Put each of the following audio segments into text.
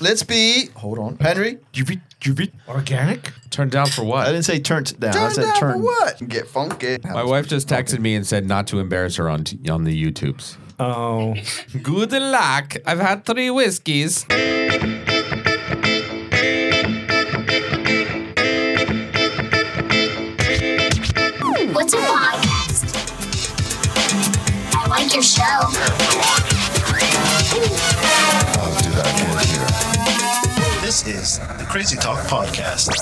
Let's be. Hold on, Henry. Organic? Turned down for I what? didn't say turned down. I Turn said down for turn. what? Get funky. My wife just texted me and said not to embarrass her on t- on the YouTubes. Oh. Good luck. I've had three whiskeys. What's a podcast? I like your show. This is the Crazy Talk Oh Podcast.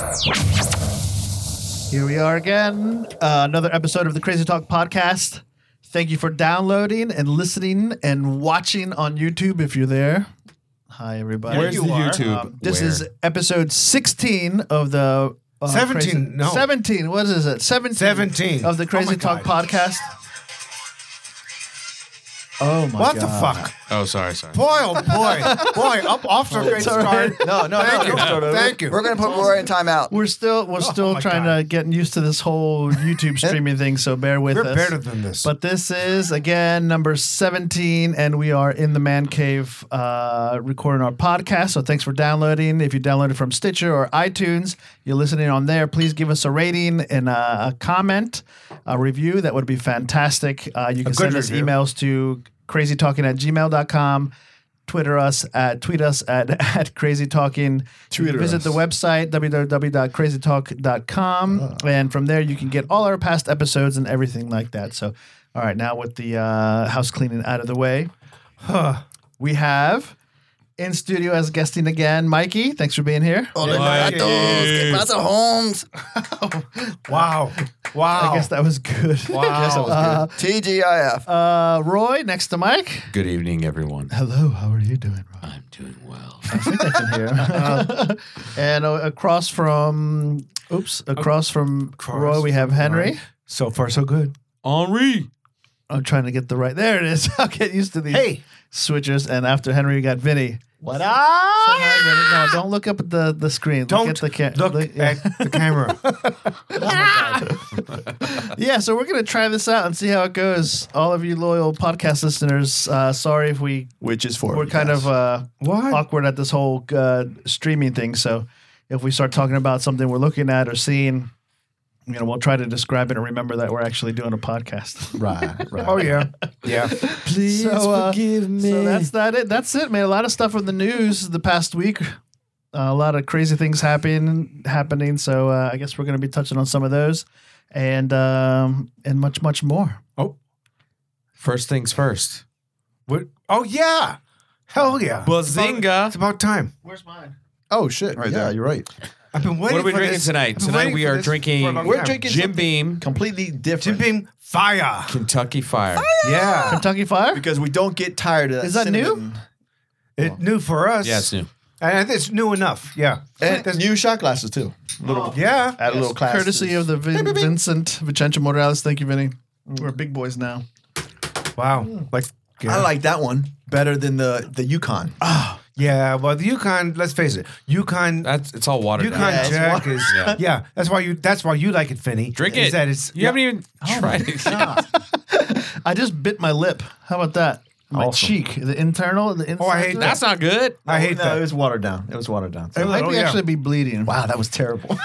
Here we are again. Uh, another episode of the Crazy Talk podcast. Thank you for downloading and listening and watching on YouTube if you're there. Hi, everybody. Where's the YouTube? Um, this Where? is episode 16. of the. uh, 17, Crazy- no. 17. What is it? 17. 17. Of the Oh Crazy my Talk God. podcast. Oh, my What God. the fuck? Oh, sorry, sorry. Boy, oh boy. boy, up off to a great all start. Oh, No, no, Thank no. you. Start over. Thank you. We're gonna put Roy in timeout. We're still we're still Oh my trying God. to get used to this whole YouTube streaming thing, so bear with We're us. better than this. But this is again number 17, and we are in the man cave uh, recording our podcast. So thanks for downloading. If you downloaded from Stitcher or iTunes, you're listening on there. Please give us a rating and a, a comment, a review. That would be fantastic. Uh, you can good send us review. emails to crazytalking at gmail.com. Twitter us at tweet us at, at crazy talking. Twitter visit the website www.crazytalk.com Ah. and from there you can get all our past episodes and everything like that. So, all right, now with the uh, house cleaning out of the way, we have in studio as guesting again, Mikey. Thanks for being here. Ole Matos, que pasa, Holmes? wow. Wow. I guess that was good. wow. Uh, TGIF. Uh, Roy next to Mike. Good evening, everyone. Hello, how are you doing, Roy? I'm doing well. here. and uh, across from, oops, across from Roy, we have Henry. so far, so good. Henri. I'm trying to get the right. There it is. I'll get used to these Hey. switchers. And after Henry, we got Vinny. What up? no, don't look up at the, the screen. Don't look at the camera. look at the camera. Yeah, so we're gonna try this out and see how it goes. All of you loyal podcast listeners, uh, sorry if we Which is for we're kind of uh, What? awkward at this whole uh, streaming thing. So if we start talking about something we're looking at or seeing, you know, we'll try to describe it and remember that we're actually doing a podcast. right, right. Oh, yeah. Yeah. Please forgive me. So that's that. It that's it, man. A lot of stuff in the news the past week. Uh, a lot of crazy things happening. Happening. So uh, I guess we're going to be touching on some of those, and um, and much much more. Oh, First things first. what? Oh, yeah. Hell yeah. It's Bazinga. about time. Where's mine? Oh shit! Right there, you're right. I've been waiting What are we for drinking this. tonight? I've been Tonight waiting we for are this drinking- for a long We're time. drinking Jim something Beam. completely Jim different Beam Fire. Kentucky Fire. Yeah. Kentucky Fire. because we don't get tired of that. Is that new? cinnamon. It new for us. Yeah, it's new. And I think it's new enough. Yeah. And new shot glasses too. yeah. Add a little class. Courtesy of the Vin- Vincent Vicencio Morales. Thank you, Vinny. Mm. We're big boys now. Wow. Like yeah. I like that one better than the the Yukon. yeah, well the Yukon, let's face it. Yukon That's it's all water. Yukon it's Jack water. is Yeah. yeah. That's why you that's why you like it, Finny. Drink is it. That it's, Oh you haven't even tried it. I just bit my lip. How about that? My Awesome. cheek, the internal, the inside. Oh, I hate that. lip. That's not good. I hate no, that. it was watered down. It was watered down. It might Oh, be yeah. actually be bleeding. wow, that was terrible. It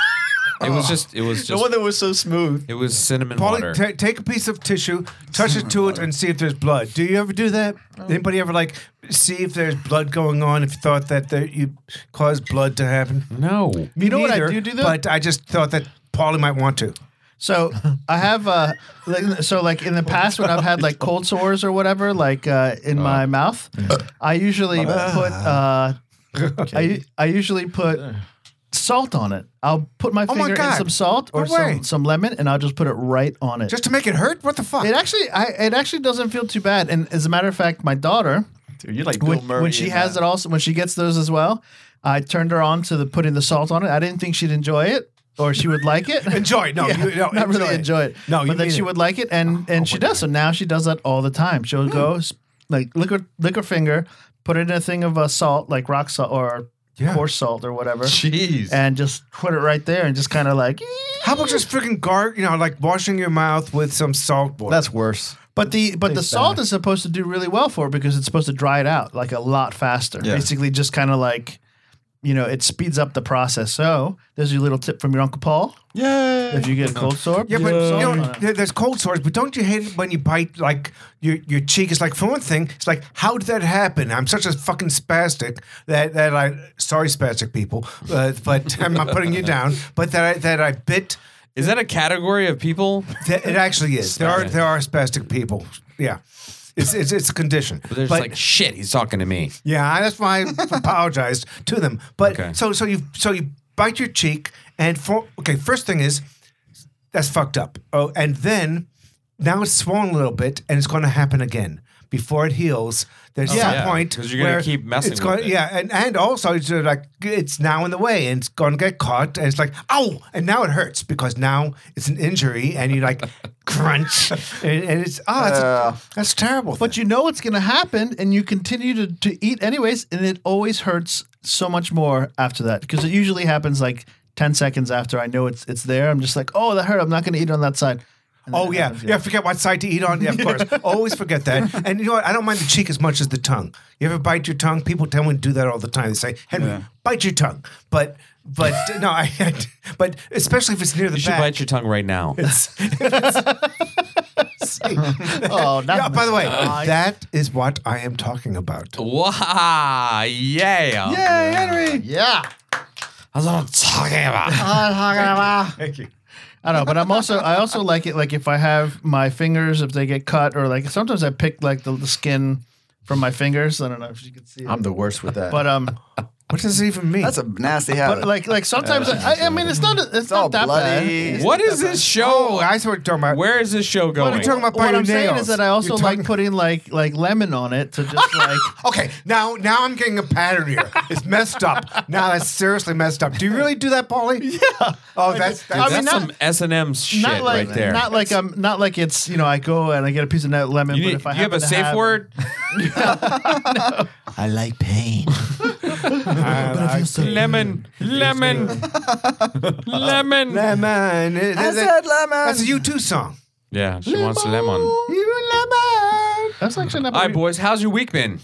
Oh. was just. It was the just. one that was so smooth. It was cinnamon Paulie, water. ta take a piece of tissue, touch it to it, and see if there's blood. Do you ever do that? Anybody ever like see if there's blood going on? If you thought that there, you caused blood to happen, no. You know what I Neither, do do though? But I just thought that Paulie might want to. So I have uh, like, so like in the past when I've had like cold sores or whatever, like uh, in my mouth, I usually put uh, I I usually put salt on it. I'll put my Uh. Oh my finger in God. some salt or No way. some, some lemon, and I'll just put it right on it. Just to make it hurt? What the fuck? it actually I it actually doesn't feel too bad. And as a matter of fact, my daughter Dude, you're like Bill when, Murray. when she has it also when she gets those as well, I turned her on to the putting the salt on it. I didn't think she'd enjoy it or she would like it. enjoy. No, you, no not really it. enjoy it. No, you but then mean she it. would like it, and and she does. So now she does that all the time. She'll Hmm. go s- like lick her lick her finger, put it in a thing of uh, salt, like rock salt or Yeah. coarse salt or whatever, Jeez. and just put it right there, and just kind of like. How about just freaking gar? You know, like washing your mouth with some salt water. That's worse. But the but the salt is supposed to do really well for it because it's supposed to dry it out like a lot faster. Yeah. Basically, just kind of like you know, it speeds up the process. So there's your little tip from your Uncle Paul. Yeah. If you get a cold sore, Yeah, but put you salt know, on it. there- there's cold sores, but don't you hate it when you bite like your your cheek? It's like for one thing, it's like how did that happen? I'm such a fucking spastic that that I sorry spastic people, uh, but I'm not putting you down. But that I, that I bit. Is that a category of people? That it actually is. There are there are spastic people. Yeah, it's it's, it's a condition. But they're just like, shit, he's talking to me. yeah, that's why I apologized to them. But Okay. so so you so you bite your cheek and for okay. First thing is that's fucked up. Oh, and then now it's swollen a little bit, and it's going to happen again before it heals. There's some Oh, yeah, point 'cause you're gonna where keep messing it's with gonna- it. Yeah, and and also it's uh, like it's now in the way, and it's going to get caught, and it's like ow, and now it hurts because now it's an injury, and you like crunch, and, and it's ah, oh, that's, that's terrible. But you know what's going to happen, and you continue to, to eat anyways, and it always hurts so much more after that because it usually happens like ten seconds after I know it's it's there. I'm just like, oh, that hurt. I'm not going to eat on that side. And then Oh it yeah, happens, yeah. Forget what side to eat on. Yeah, of course. Always forget that. And you know what? I don't mind the cheek as much as the tongue. You ever bite your tongue? People tell me to do that all the time. They say, "Henry, bite your tongue." But but no, I. But especially if it's near the You should back. bite your tongue right now. Oh, not Yeah, by the way, nice. that is what I am talking about. Oh. Wow. Yeah. Hey, Henry. Yeah. That's what I'm talking about. Thank you. I know, but I'm also I also like it like if I have my fingers if they get cut or like sometimes I pick like the, the skin from my fingers. I don't know if you can see it. I'm the worst with that. but um, What does it even mean? uh, that's a nasty habit. but like like sometimes I, I mean it's not it's, it's not all that bloody. bad. What is this oh, show? I thought we were talking about. Where is this show What are going? you talking about? What biting I'm saying nails? is that I also You're like talking- putting like like lemon on it to just like Okay, now now I'm getting a pattern here. It's messed up. Now that's seriously messed up. Do you really do that, Paulie? Yeah. Oh, that's, that's I mean, That's not- some S and M shit not like right there. not like I'm not like it's you know I go and I get a piece of that lemon. you, but need- if I you have happen a to safe word. I like pain. Lemon, lemon, lemon. Lemon. I said lemon. That's a U2 song. Yeah, she wants lemon. That's actually not All right, bad. boys. How's your week been?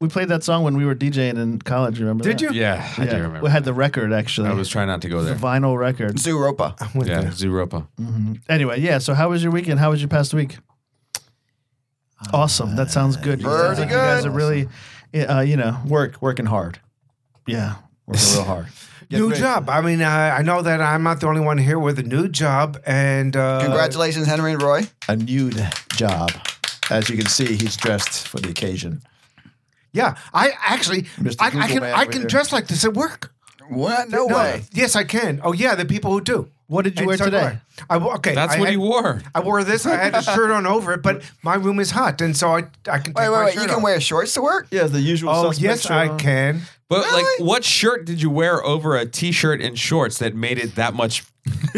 We played that song when we were DJing in college. Remember? Did that? you? Yeah, I do Yeah, remember. We had the record actually. I was trying not to go there. vinyl record. Zuropa. Yeah, Zeropa. Anyway, yeah. So how was your weekend? How was your past week? Awesome. That sounds good. You guys Uh, Pretty are- You guys good. are really, uh, you know, Work, working hard. yeah. Working real hard. Get new ready. job. I mean, I, I know that I'm not the only one here with a new job. And uh, Congratulations, Henry and Roy. A new job. As you can see, he's dressed for the occasion. Yeah, I actually, Mr. I, I Google can Man I over can here. dress like this at work. What? No, way. Yes, I can. Oh yeah, the people who do. What did you And wear so do today? I, I wo- okay. That's I what had- he wore. I wore this. I had a shirt on over it, but my room is hot, and so I I can. Take my Wait, wait, wait. shirt You can off. wear shorts to work? Yeah, the usual. Oh yes, I can. But like, Really? what shirt did you wear over a t-shirt and shorts that made it that much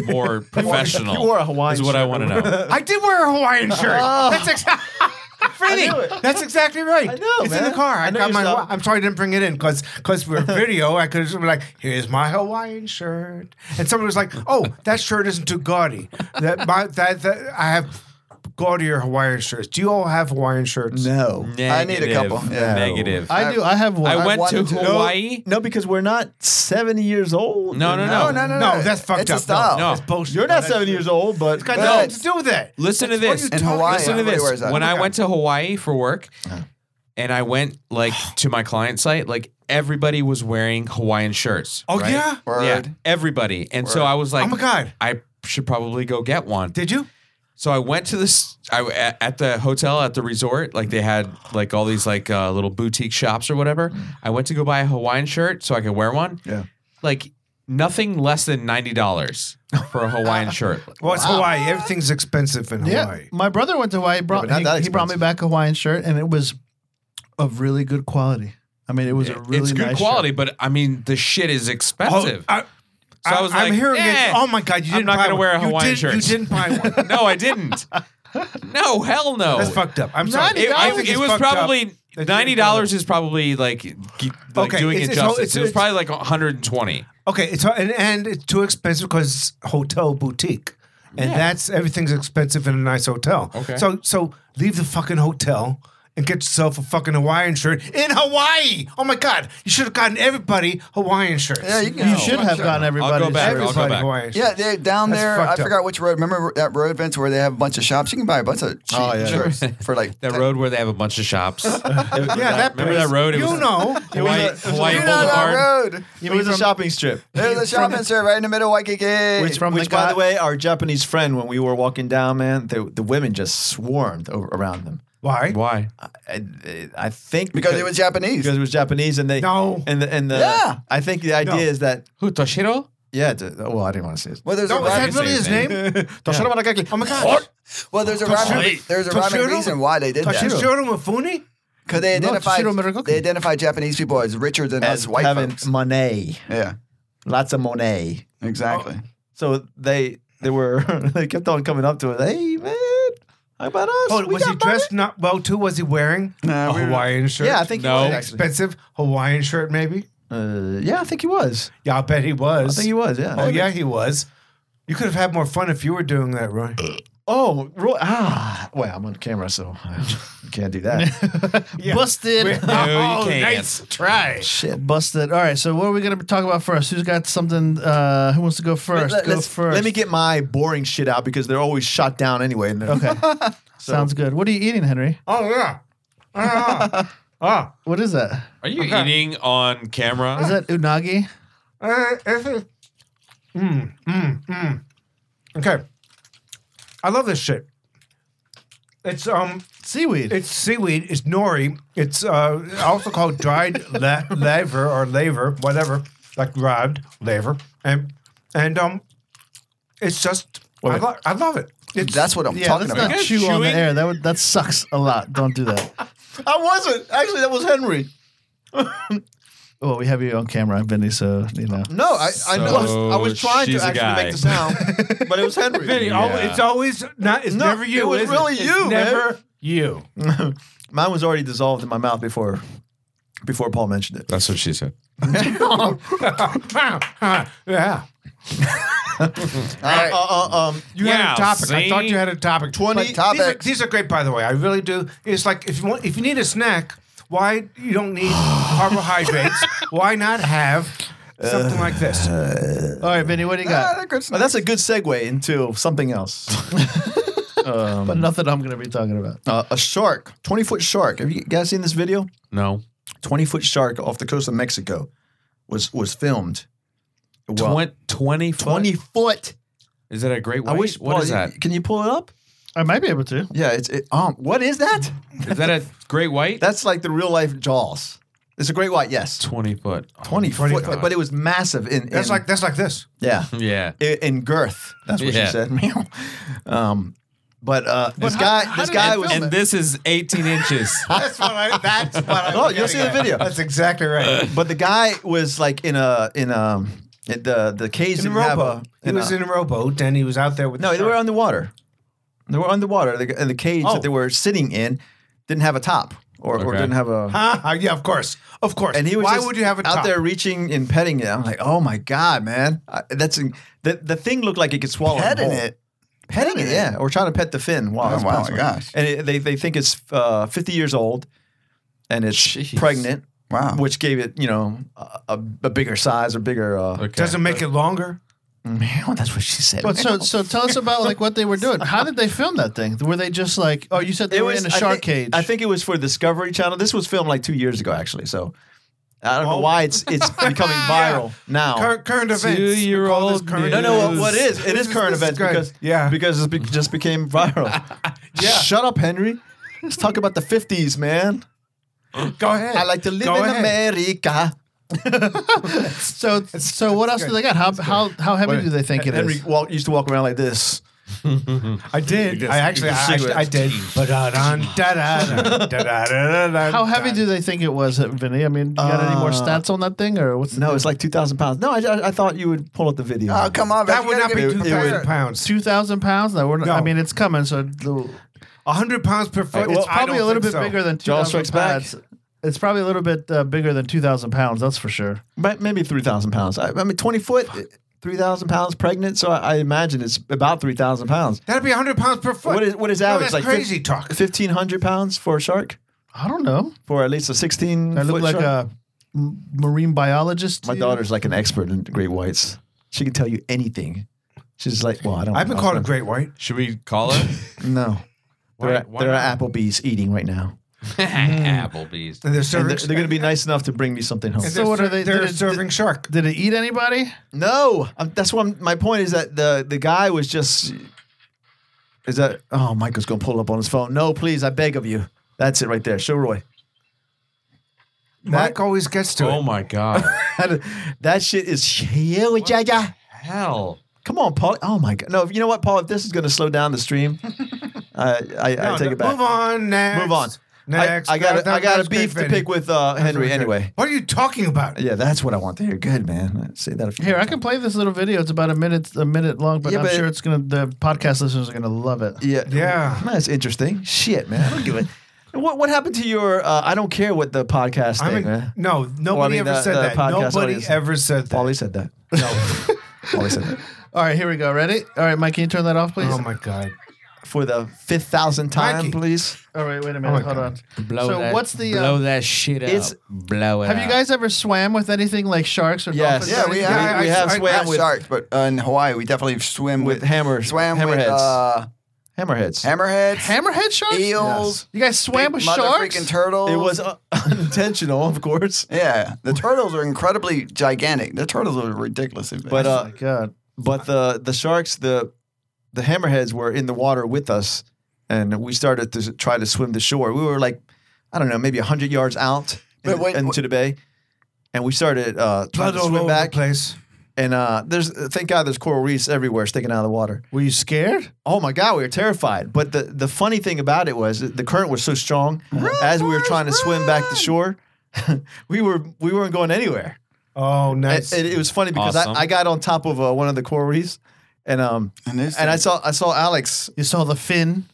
more professional? you wore a Hawaiian Is what I shirt. want to know. I did wear a Hawaiian shirt. That's exactly. That's exactly right. I know, It's in man. the car. I, I know got you my. saw- I'm sorry I didn't bring it in because because we're video. I could have been like, "Here's my Hawaiian shirt," and someone was like, "Oh, that shirt isn't too gaudy. That my that, that I have gaudier Hawaiian shirts. Do you all have Hawaiian shirts? No. I need a couple. Oh. Negative. Yeah. Negative. I do. I have one. I went to wanted to- No. Hawaii. No, because we're not 70 years old. No, no, no, No, no, no, No, no. that's fucked it's up. A style. No. bullshit. You're not 70 years old, but Got No. nothing to do with it. Listen to That's this. what you In Hawaii, Listen to everybody this. wears that. When I Okay. went to Hawaii for work, and I went like to my client site, like everybody was wearing Hawaiian shirts. Oh right? yeah. Word. Yeah, everybody. And so I was like, Oh my God. I should probably go get one. Did you? So I went to this I at- at the hotel at the resort, like they had like all these like uh, little boutique shops or whatever. I went to go buy a Hawaiian shirt so I could wear one. Yeah. Like nothing less than $90 for a Hawaiian shirt. Well, it's Hawaii. Everything's expensive in Yeah, Hawaii. my brother went to Hawaii. Brought, but not that he, he brought me expensive. back a Hawaiian shirt, and it was of really good quality. I mean, it was a really it's good nice quality, shirt. but I mean the shit is expensive. Oh, I, so I was am like, hearing eh, it. Oh my god, you I'm didn't not buy gonna wear a one. You Hawaiian did- shirt. You didn't buy one. no, I didn't. No, hell no. That's fucked up. I'm sorry. It, I I- think it it's was fucked up. probably That you ninety didn't buy dollars is probably like, g- like Okay, doing it's- it it's all- justice. it's- it was it's- probably like one hundred and twenty. Okay, it's and, and it's too expensive because hotel boutique, and that's everything's expensive in a nice hotel. Okay. so so leave the fucking hotel and get yourself a fucking Hawaiian shirt in Hawaii. Oh my God, you should have gotten everybody Hawaiian shirts. Yeah, you, can You should have gotten everybody. I'll go back. I'll go Everybody back. Hawaiian Yeah, shirts. they down That's there. I fucked up. forgot which road. Remember that road events where they have a bunch of shops? You can buy a bunch of cheap Oh, yeah. shirts for like That road where they have a bunch of shops. Yeah, that Remember place. that road? It You was- know. Hawaii, Hawaii You're not on Boulevard. that road. It was a shopping strip. There's a shopping center right in the middle of Waikiki. Which, from the which by guy- the way, our Japanese friend, when we were walking down, man, the, the women just swarmed over, around them. Why? Why? I, I think because it was Japanese. because it was Japanese, and they No. and the, and the Yeah. I think the idea No. is that Who Toshiro? yeah, the, well, I didn't want to say it. Well, there's No, a is that rhyme, really his name? Oh my God. well, there's a rhyme, there's a rhyme Toshiro? reason why they did that. Toshiro Mifune? Because they No, identified Toshiro Murakoku. they identified Japanese people as richer than us As white having folks. Monet, Yeah, lots of Monet. exactly. So they they were they kept on coming up to us. Hey man, how about us? Oh, We was he got money." dressed not well too? Was he wearing Nah, a we were- Hawaiian shirt? Yeah, I think No. he was actually. expensive Hawaiian shirt, maybe. Uh, yeah, I think he was. Yeah, I bet he was. I think he was. Yeah. Oh yeah, he was. You could have had more fun if you were doing that, Roy. Oh, Roy. Ah, well, I'm on camera, so I can't do that. Busted. No, you can't. Oh, try. Shit. Busted. All right. So what are we gonna talk about first? Who's got something? Uh, who wants to go first? Let, go let's- first. let me get my boring shit out because they're always shot down anyway. And okay. Sounds good. What are you eating, Henry? Oh yeah. Ah, ah, What is that? Are you eating on camera? Is that unagi? uh, this is- mm, mm, mm. Okay. I love this shit. It's um, Seaweed. it's seaweed. It's nori. It's uh, also called dried la- laver or laver, whatever, like dried laver, and and um, it's just I, lo- I love it. It's That's what I'm yeah, talking let's about. not chew on the chewing? air. That would that sucks a lot. Don't do that. I wasn't. Actually, that was Henry. Well, we have you on camera, Vinny, so you know. No, I, I know. I was, I So, was trying to she's a actually guy. make the sound, but it was Henry. Vinny, al- it's always not. It's No, never you. it was is really It's you, man. Never you. Mine was already dissolved in my mouth before before Paul mentioned it. That's what she said. yeah. All right. Uh, uh, um, You Yeah, had a topic. I thought see? you had a topic. Twenty These are, topics. these are great, by the way. I really do. It's like if you want, if you need a snack, why you don't need carbohydrates? Why not have something like this? All right, Vinny, what do you Ah, got? they're good oh, snacks. that's a good segue into something else. But nothing I'm gonna be talking about. Uh, a shark, twenty foot shark. Have you guys seen this video? No. 20 foot shark off the coast of Mexico was was filmed. Well, Twen- 20 foot? 20 foot. Is that a great I white? wish. what Paul, is you- that? Can you pull it up? I might be able to. Yeah, it's it, um. What is that? Is that a great white? That's like the real life Jaws. It's a great white. Yes, 20 foot. Oh, 20, foot, God. but it was massive. In, That's in- like that's like this. yeah, Yeah. in, in girth. That's what Yeah. she said. Meow. um, but uh, this how- guy, how this did guy they was. film And this is 18 inches. That's what I. That's what I. Oh, you'll see the video. That's exactly right. But the guy was like in a in a in the the caves In a that you have rowboat. a- He was a- in a rowboat and he was out there with. No, the they were shark. underwater. They were underwater, They- and the cage Oh. that they were sitting in didn't have a top, or, or Okay. didn't have a. Ah, yeah, of course, of course. And he was Why just would you have it out there reaching and petting it? I'm like, oh my god, man, I, that's in- the the thing looked like it could swallow. him Petting whole. it. petting it, yeah, or trying to pet the fin. Wow, Oh, that's wow, my possible. gosh. And it, they they think it's uh, 50 years old, and it's Jeez. pregnant, Wow. which gave it you know a, a, a bigger size or bigger. Uh, Okay. Doesn't make it longer. Man, that's what she said. But so so tell us about like what they were doing. How did they film that thing? Were they just like oh you said they It were was- in a I shark think- cage? I think it was for Discovery Channel. This was filmed like two years ago, actually. So I don't know why it's it's becoming viral now. Current, current events. We call this Two-year-old current no, no, events. what, what is it is This current this events good. because yeah, because it be, just became viral. Shut up, Henry. Let's talk about the fifties, man. go ahead. I like to live Go in ahead. America. so. So what else do they got? How how how heavy do they think it Henry is? walk, used to walk around like this. I did. I actually, I, actually, I did. Ba-da-dun, da-da-dun, da-da-da-da-dun. How heavy do they think it was, Vinny? I mean, you got any more stats on that thing, or what's No, it's like two thousand pounds. No, I, I, I thought you would pull up the video. Oh, come on. That That would not be two thousand pounds. pounds. two thousand pounds? No, we're not, I No. mean, it's coming. So the- hundred pounds per foot. it's Well, I probably don't a little bit think so. bigger than two Jaws thousand Strikes Back. pounds. It's probably a little bit uh, bigger than two thousand pounds. That's for sure. But maybe 3,000 pounds. I, I mean, 20 foot, 3,000 pounds pregnant. So I, I imagine it's about 3,000 pounds. That'd be hundred pounds per foot. What is, what is No, that's average? like fif- crazy talk. 1,500 pounds for a shark? I don't know. for at least a 16 I look foot like shark. a m- marine biologist. My to you? daughter's like an expert in great whites. She can tell you anything. She's like, well, I don't. I've been know. called a great white. Should we call it No, they're, at, why they're at Applebee's eating right now. Mm. Applebee's? And they're And serving. they're, they're going to be nice enough to bring me something home. and So they're what ser- are they- They're did it- serving shark. Did it eat anybody? No, i that's what I'm- my point is that the the guy was just. Is that? Oh, Michael's going to pull up on his phone. No, please, I beg of you. That's it right there, Showroy. Mike always gets to Oh it. my god! That, that shit is huge. Yeah, yeah. Hell, Come on, Paul. Oh my God. No, you know what, Paul? If this is going to slow down the stream, I, I, I No, take no, it back. Move on. Next. Move on. I- Next. I, got That- a, I that- got that's a beef great to video. pick with uh, Henry anyway. What are you talking about? Yeah, that's what I want to hear. Good man. Say that a few Here, I times. can play this little video. It's about a minute, a minute long, but Yeah, I'm but- sure it's gonna. The podcast listeners are gonna love it. Yeah, Yeah. That's interesting. Shit, man. I don't give a. What what happened to your? Uh, I don't care what the podcast I thing, mean, man. no, nobody mean, ever the- said the that. podcast Nobody audience. ever said that. Paulie said that. No, Paulie said that All right, here we go. Ready? All right, Mike, can you turn that off, please? Oh my god. for the fifth thousand time, Mikey. please. All right, wait a minute. my Hold God. on. so what's the? Uh, that shit up? It's- blow it. have you guys ever swam with anything like sharks or Yes. dolphins? or Yeah, we anything? have, Yeah, we, we I- have I- swam not with sharks, but uh, in Hawaii, we definitely swim with with, hammers, swam with hammerheads, uh, hammerheads. hammerheads, hammerhead sharks. eels, You guys swam with big sharks? motherfreaking turtles. it was uh, unintentional, of course, yeah. The turtles are incredibly gigantic. The turtles are ridiculous. but oh uh, my god! but the the sharks, the the hammerheads were in the water with us, and we started to try to swim to shore. We were like, I don't know, maybe hundred yards out in- But wait, into the bay, and we started uh, trying Blood to all swim over back. the place. And uh, there's thank God there's coral reefs everywhere sticking out of the water. Were you scared? Oh my God, we were terrified. But the the funny thing about it was that the current was so strong. as we were trying to swim back to shore, we were we weren't going anywhere. Oh, nice. And it was funny because Awesome. I, I got on top of uh, one of the coral reefs, and um and, this and I saw I saw Alex You saw the fin.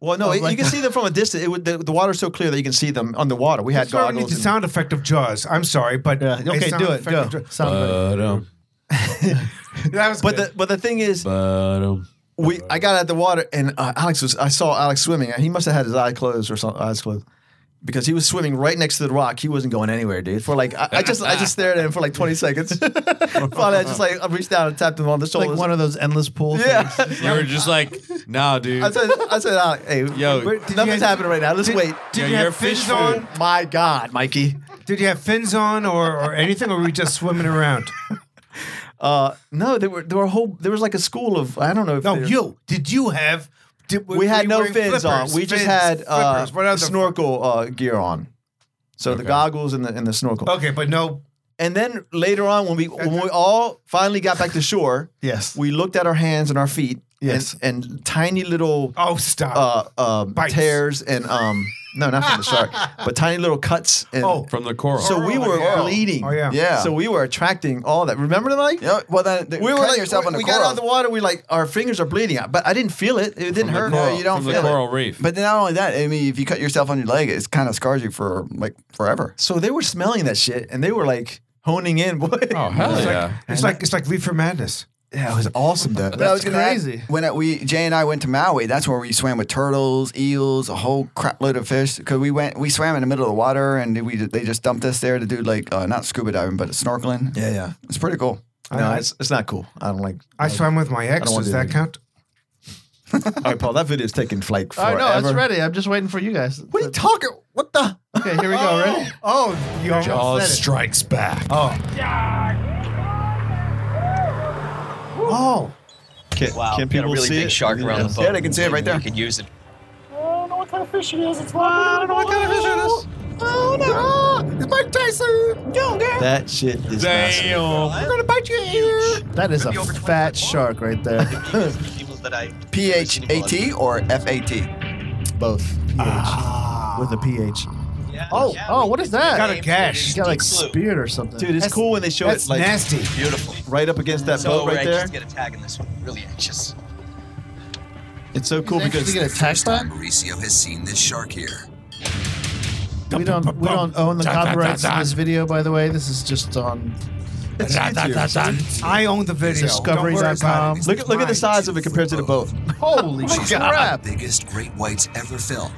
Well, no, Oh, it- like- you can see them from a distance. It would, the, the water's so clear that you can see them on the water. We had That's why we need goggles. the and- sound effect of Jaws. I'm sorry, but Yeah, the okay, sound do it, effect go. of Jaws- Sound Uh, effect. That was but good. the but the thing is, we I got out the water and uh, Alex was I saw Alex swimming. He must have had his eye closed or some, eyes closed because he was swimming right next to the rock. He wasn't going anywhere, dude. For like I, I just I just stared at him for like twenty seconds. Finally, I just like I reached down and tapped him on the like shoulder. one of those endless pools. yeah. You were just like, nah, dude. I said, I said, Alex, hey, Yo. we're- nothing's happening right now. Let's wait. Yo, you have your fish fins food. on? My God, Mikey. Did you have fins on or, or anything, or were you just swimming around? Uh, no, there were there were a whole there was like a school of I don't know. If No, they- you. Did you have? Did, we were had you no wearing fins on. flippers? We just Fins, had uh, flippers, what other- snorkel uh, gear on. So the goggles and the and the snorkel. Okay, but no. And then later on, when we when we all finally got back to shore, Yes. we looked at our hands and our feet. Yes. And, and tiny little Oh, stop. uh, um, Bites. tears and um no not from the shark, but tiny little cuts. And Oh. from the coral. so we were yeah. bleeding. Oh, yeah. Yeah. So we were attracting all that. Remember, Mike? Yeah, well, then We were like, we, yourself on the we got coral. out of the water. We like our fingers are bleeding, but I didn't feel it. It didn't From the hurt. coral- you don't from the feel it. coral reef. But then not only that, I mean, if you cut yourself on your leg, it kind of scars you for like forever. So they were smelling that shit and they were like honing in. Boy. oh hell it's yeah! like it's like it's like reefer madness. yeah, it was awesome though. But I was That's gonna add, crazy. when I- we Jay and I went to Maui, that's where we swam with turtles, eels, a whole crap load of fish. Because we went, we swam in the middle of the water, and we they just dumped us there to do like uh, not scuba diving, but snorkeling. yeah, yeah. It's pretty cool. No, it's, it's not cool. I don't like. I swam with my ex. don't wanna Does do that that. count? All right, Paul, that video's taking flight I forever. know it's ready. I'm just waiting for you guys. What are you talking? What the? Okay, here we go. Ready? Oh, you almost Jaws said it. strikes back. Oh, Can, Wow, can got people a really see big it? shark around the boat. Yeah, they can see it right there. You can use it. That shit is massive. That is a fat shark right there. People that I P H A T or F A T. Both pH with a pH. Yeah, Ah. Oh, yeah, oh, we what is that? got a gash. You got like Deep blue. speared or something. Dude, it's cool when they show it that's like nasty. Beautiful. right up against that So boat right anxious there. to get a tag in this one. Really anxious. It's so cool Did because you get attacked by? it? Mauricio has seen this shark here. We don't we don't own the copyrights to this video, by the way. This is just on I own the video. Don't worry about discovery.com. it. look look at the Mine. size of it compared to the boat. Holy She's one of crap! the biggest great whites ever filmed.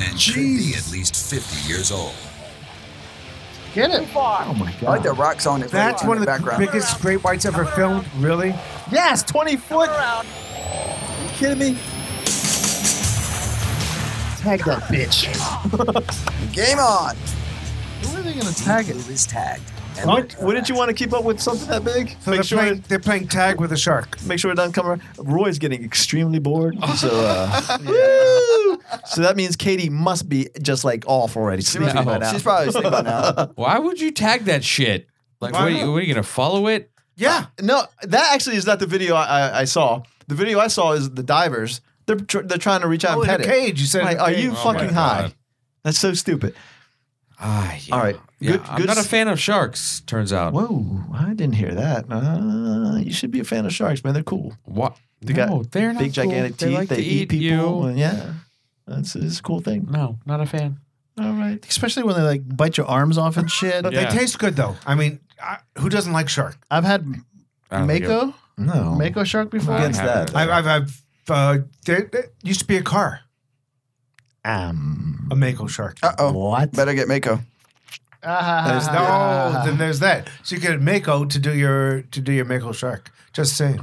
and should be at least 50 years old. Get it? Oh my god! I like that rock song. That That's plays one in of the background. biggest great whites ever filmed. Really? Yes, 20 foot. Are you kidding me? Tag that bitch. Game on. Who are they going to tag it? Who is tagged? What, wouldn't you want to keep up with something that big? So they're, playing, they're playing tag with a shark. Make sure it doesn't come around. Roy's getting extremely bored. So, uh, woo! so that means Katie must be just like off already. Sleeping by now. She's probably asleep by now. Why would you tag that shit? Like, what are, you, what are you gonna follow it? Yeah. No, that actually is not the video I, I, I saw. The video I saw is the divers. They're tr- they're trying to reach out Oh, and in a pet it. cage. You said in like, a are cage. you Oh, fucking my high? God. That's so stupid. Ah, yeah. All right. Yeah, Good- I'm good not a s- fan of sharks. Turns out. Whoa, I didn't hear that. Uh, you should be a fan of sharks, man. They're cool. What? They no, got they're not big, cool. gigantic They teeth. like they to eat, eat you. Oh, people. and yeah, that's it's a cool thing. No, not a fan. All right. Especially when they like bite your arms off and shit. But they taste good though. I mean, I, who doesn't like shark? I've had I don't think Mako, No, Mako shark before. against I haven't. I've, that. I've, I've uh, there, there used to be a car, Um, a mako shark. Uh oh. what? Better get Mako. There's no, Uh-huh. Ah. then there's that. So you get mako to do your to do your mako shark. Just saying.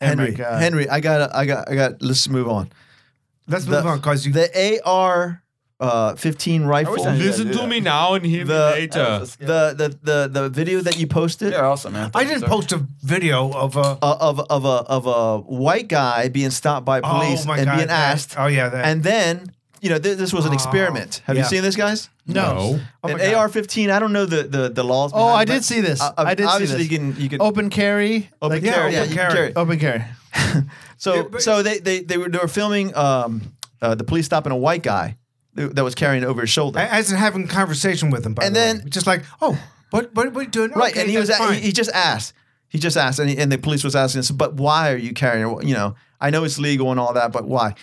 Henry, my God. Henry, I got, I got, I got. Let's move on. Let's The- move on because you. The AR uh, 15 rifle. Listen to me now and hear me later. the, the the the video that you posted They're awesome, man. I didn't post a video of oh a. uh, of of a of a white guy being stopped by police oh my and god! being that- asked, Oh yeah, that. and then you know th- this was an Oh, experiment. Have yeah. you seen this, guys? No. Oh my an God. AR-15. I don't know the the, the laws. Oh, behind I it, did but see this. o- I did see obviously this. You can you can Oh, Open carry. open like- yeah, carry. Yeah, open you can carry. carry. it. Open carry. So but- so they, they they were they were filming um uh, the police stopping a white guy who- that was carrying it over his shoulder. A- As in having a conversation with him, by And the then- way. just like, oh, what, what, what are you doing? Right, Okay, and he was that's a- fine. he, he just asked. He just asked, and, he, and the police was asking us, but why are you carrying? it? You know, I know it's legal and all that, but why?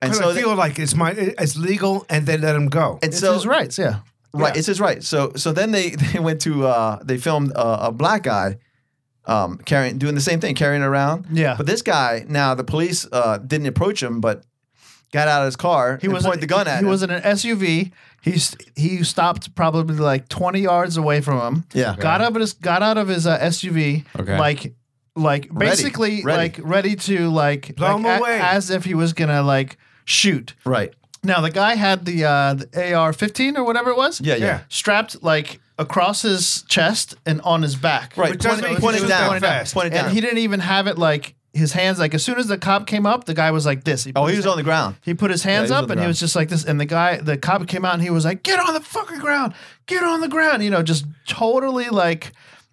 And 'Cause so, I they- feel like it's my it's legal, and they let him go. and It's so, his rights, yeah. right, yeah. it's his right. So, so then they they went to uh, they filmed a, a black guy um, carrying doing the same thing, carrying it around. Yeah. But this guy now the police uh, didn't approach him, but got out of his car. He and was pointed the gun He at him. was in an SUV. He s- he stopped probably like twenty yards away from him. Yeah. Got out of his got out of his uh, SUV. Okay. Like like basically Ready. like ready to like, Blow like, him away. as if he was gonna like shoot. right. Now the guy had the, uh, the AR-15 or whatever it was. Yeah, yeah. Yeah. Strapped like across his chest and on his back. Right. Which doesn't Point, make point sense. it down. Point it down. Point it down. And he didn't even have it like his hands. Like as soon as the cop came up, the guy was like this. oh, he his was on the ground. he put his hands Yeah, he was on up the and he ground. was just like this. And the guy, the cop came out and he was like, get on the fucking ground, get on the ground. You know, just totally like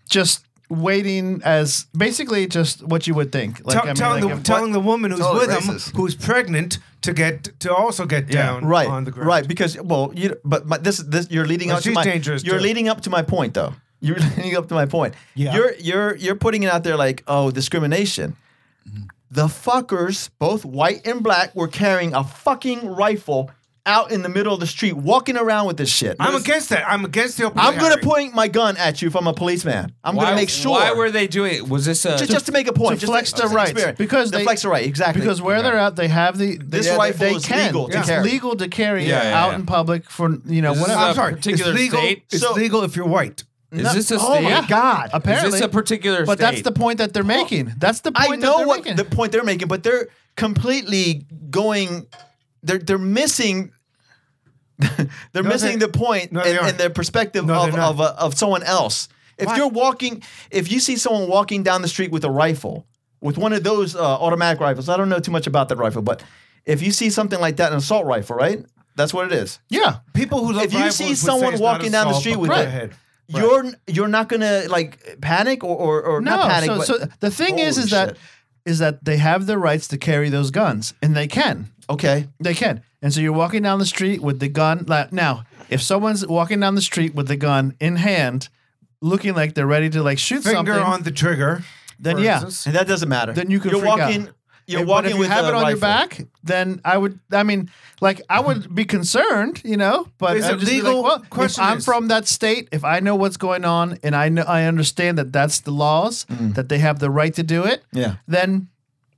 just waiting as basically just what you would think. Like, Tell- I mean, telling like, the if- telling the woman who's Totally with racist. him, who's pregnant, to get to also get down right on the ground. right because well you but my, this this you're leading Well, up to she's my dangerous, you're too. leading up to my point though you're leading up to my point Yeah. you're you're you're putting it out there like oh discrimination the fuckers both white and black were carrying a fucking rifle out in the middle of the street walking around with this shit I'm against that. I'm against the open. I'm gonna carry. point my gun at you if I'm a policeman I'm gonna make sure Why were they doing it? Was this a? just, just to make a point to just flex just their an rights experiment. because to they- flex their right exactly Because where they're at, they have the they, This they- rifle they is can. legal to it's carry. legal to carry Yeah, yeah, out yeah. in public for you know This is whatever. a I'm sorry. It's particular legal. state? It's So- legal if you're white. is this a state? oh my god! Apparently, Is this a particular but that's state? the point that they're making. That's the point. I know that they're what making. the point they're making, but they're completely going. They're they're missing. they're No, missing they- the point no, they and, aren't. and their perspective No, of they're not. of, uh, of someone else. If Why? you're walking, if you see someone walking down the street with a rifle, with one of those uh, automatic rifles, I don't know too much about that rifle, but if you see something like that, an assault rifle, right? That's what it is. yeah, People who love If you rifles see would say someone it's not walking down the assault, street but with go it, ahead. You're you're not gonna like panic or or, or no. not panic. so, but so the thing is, Holy is that shit. is that they have the rights to carry those guns, and they can. okay, They can. And so you're walking down the street with the gun. like, Now, if someone's walking down the street with the gun in hand, looking like they're ready to like shoot Finger something, on the trigger. then for yeah, instance. and that doesn't matter. Then you can You're freak out. walking. You're If- eh, but walking if you with have a it on your rifle. back, then I would. I mean, like I would be concerned, you know. But Is I'd it just be legal? Like, well, if Question I'm is- from that state. If I know what's going on and I know I understand that that's the laws that they have the right to do it. Mm. Yeah. Then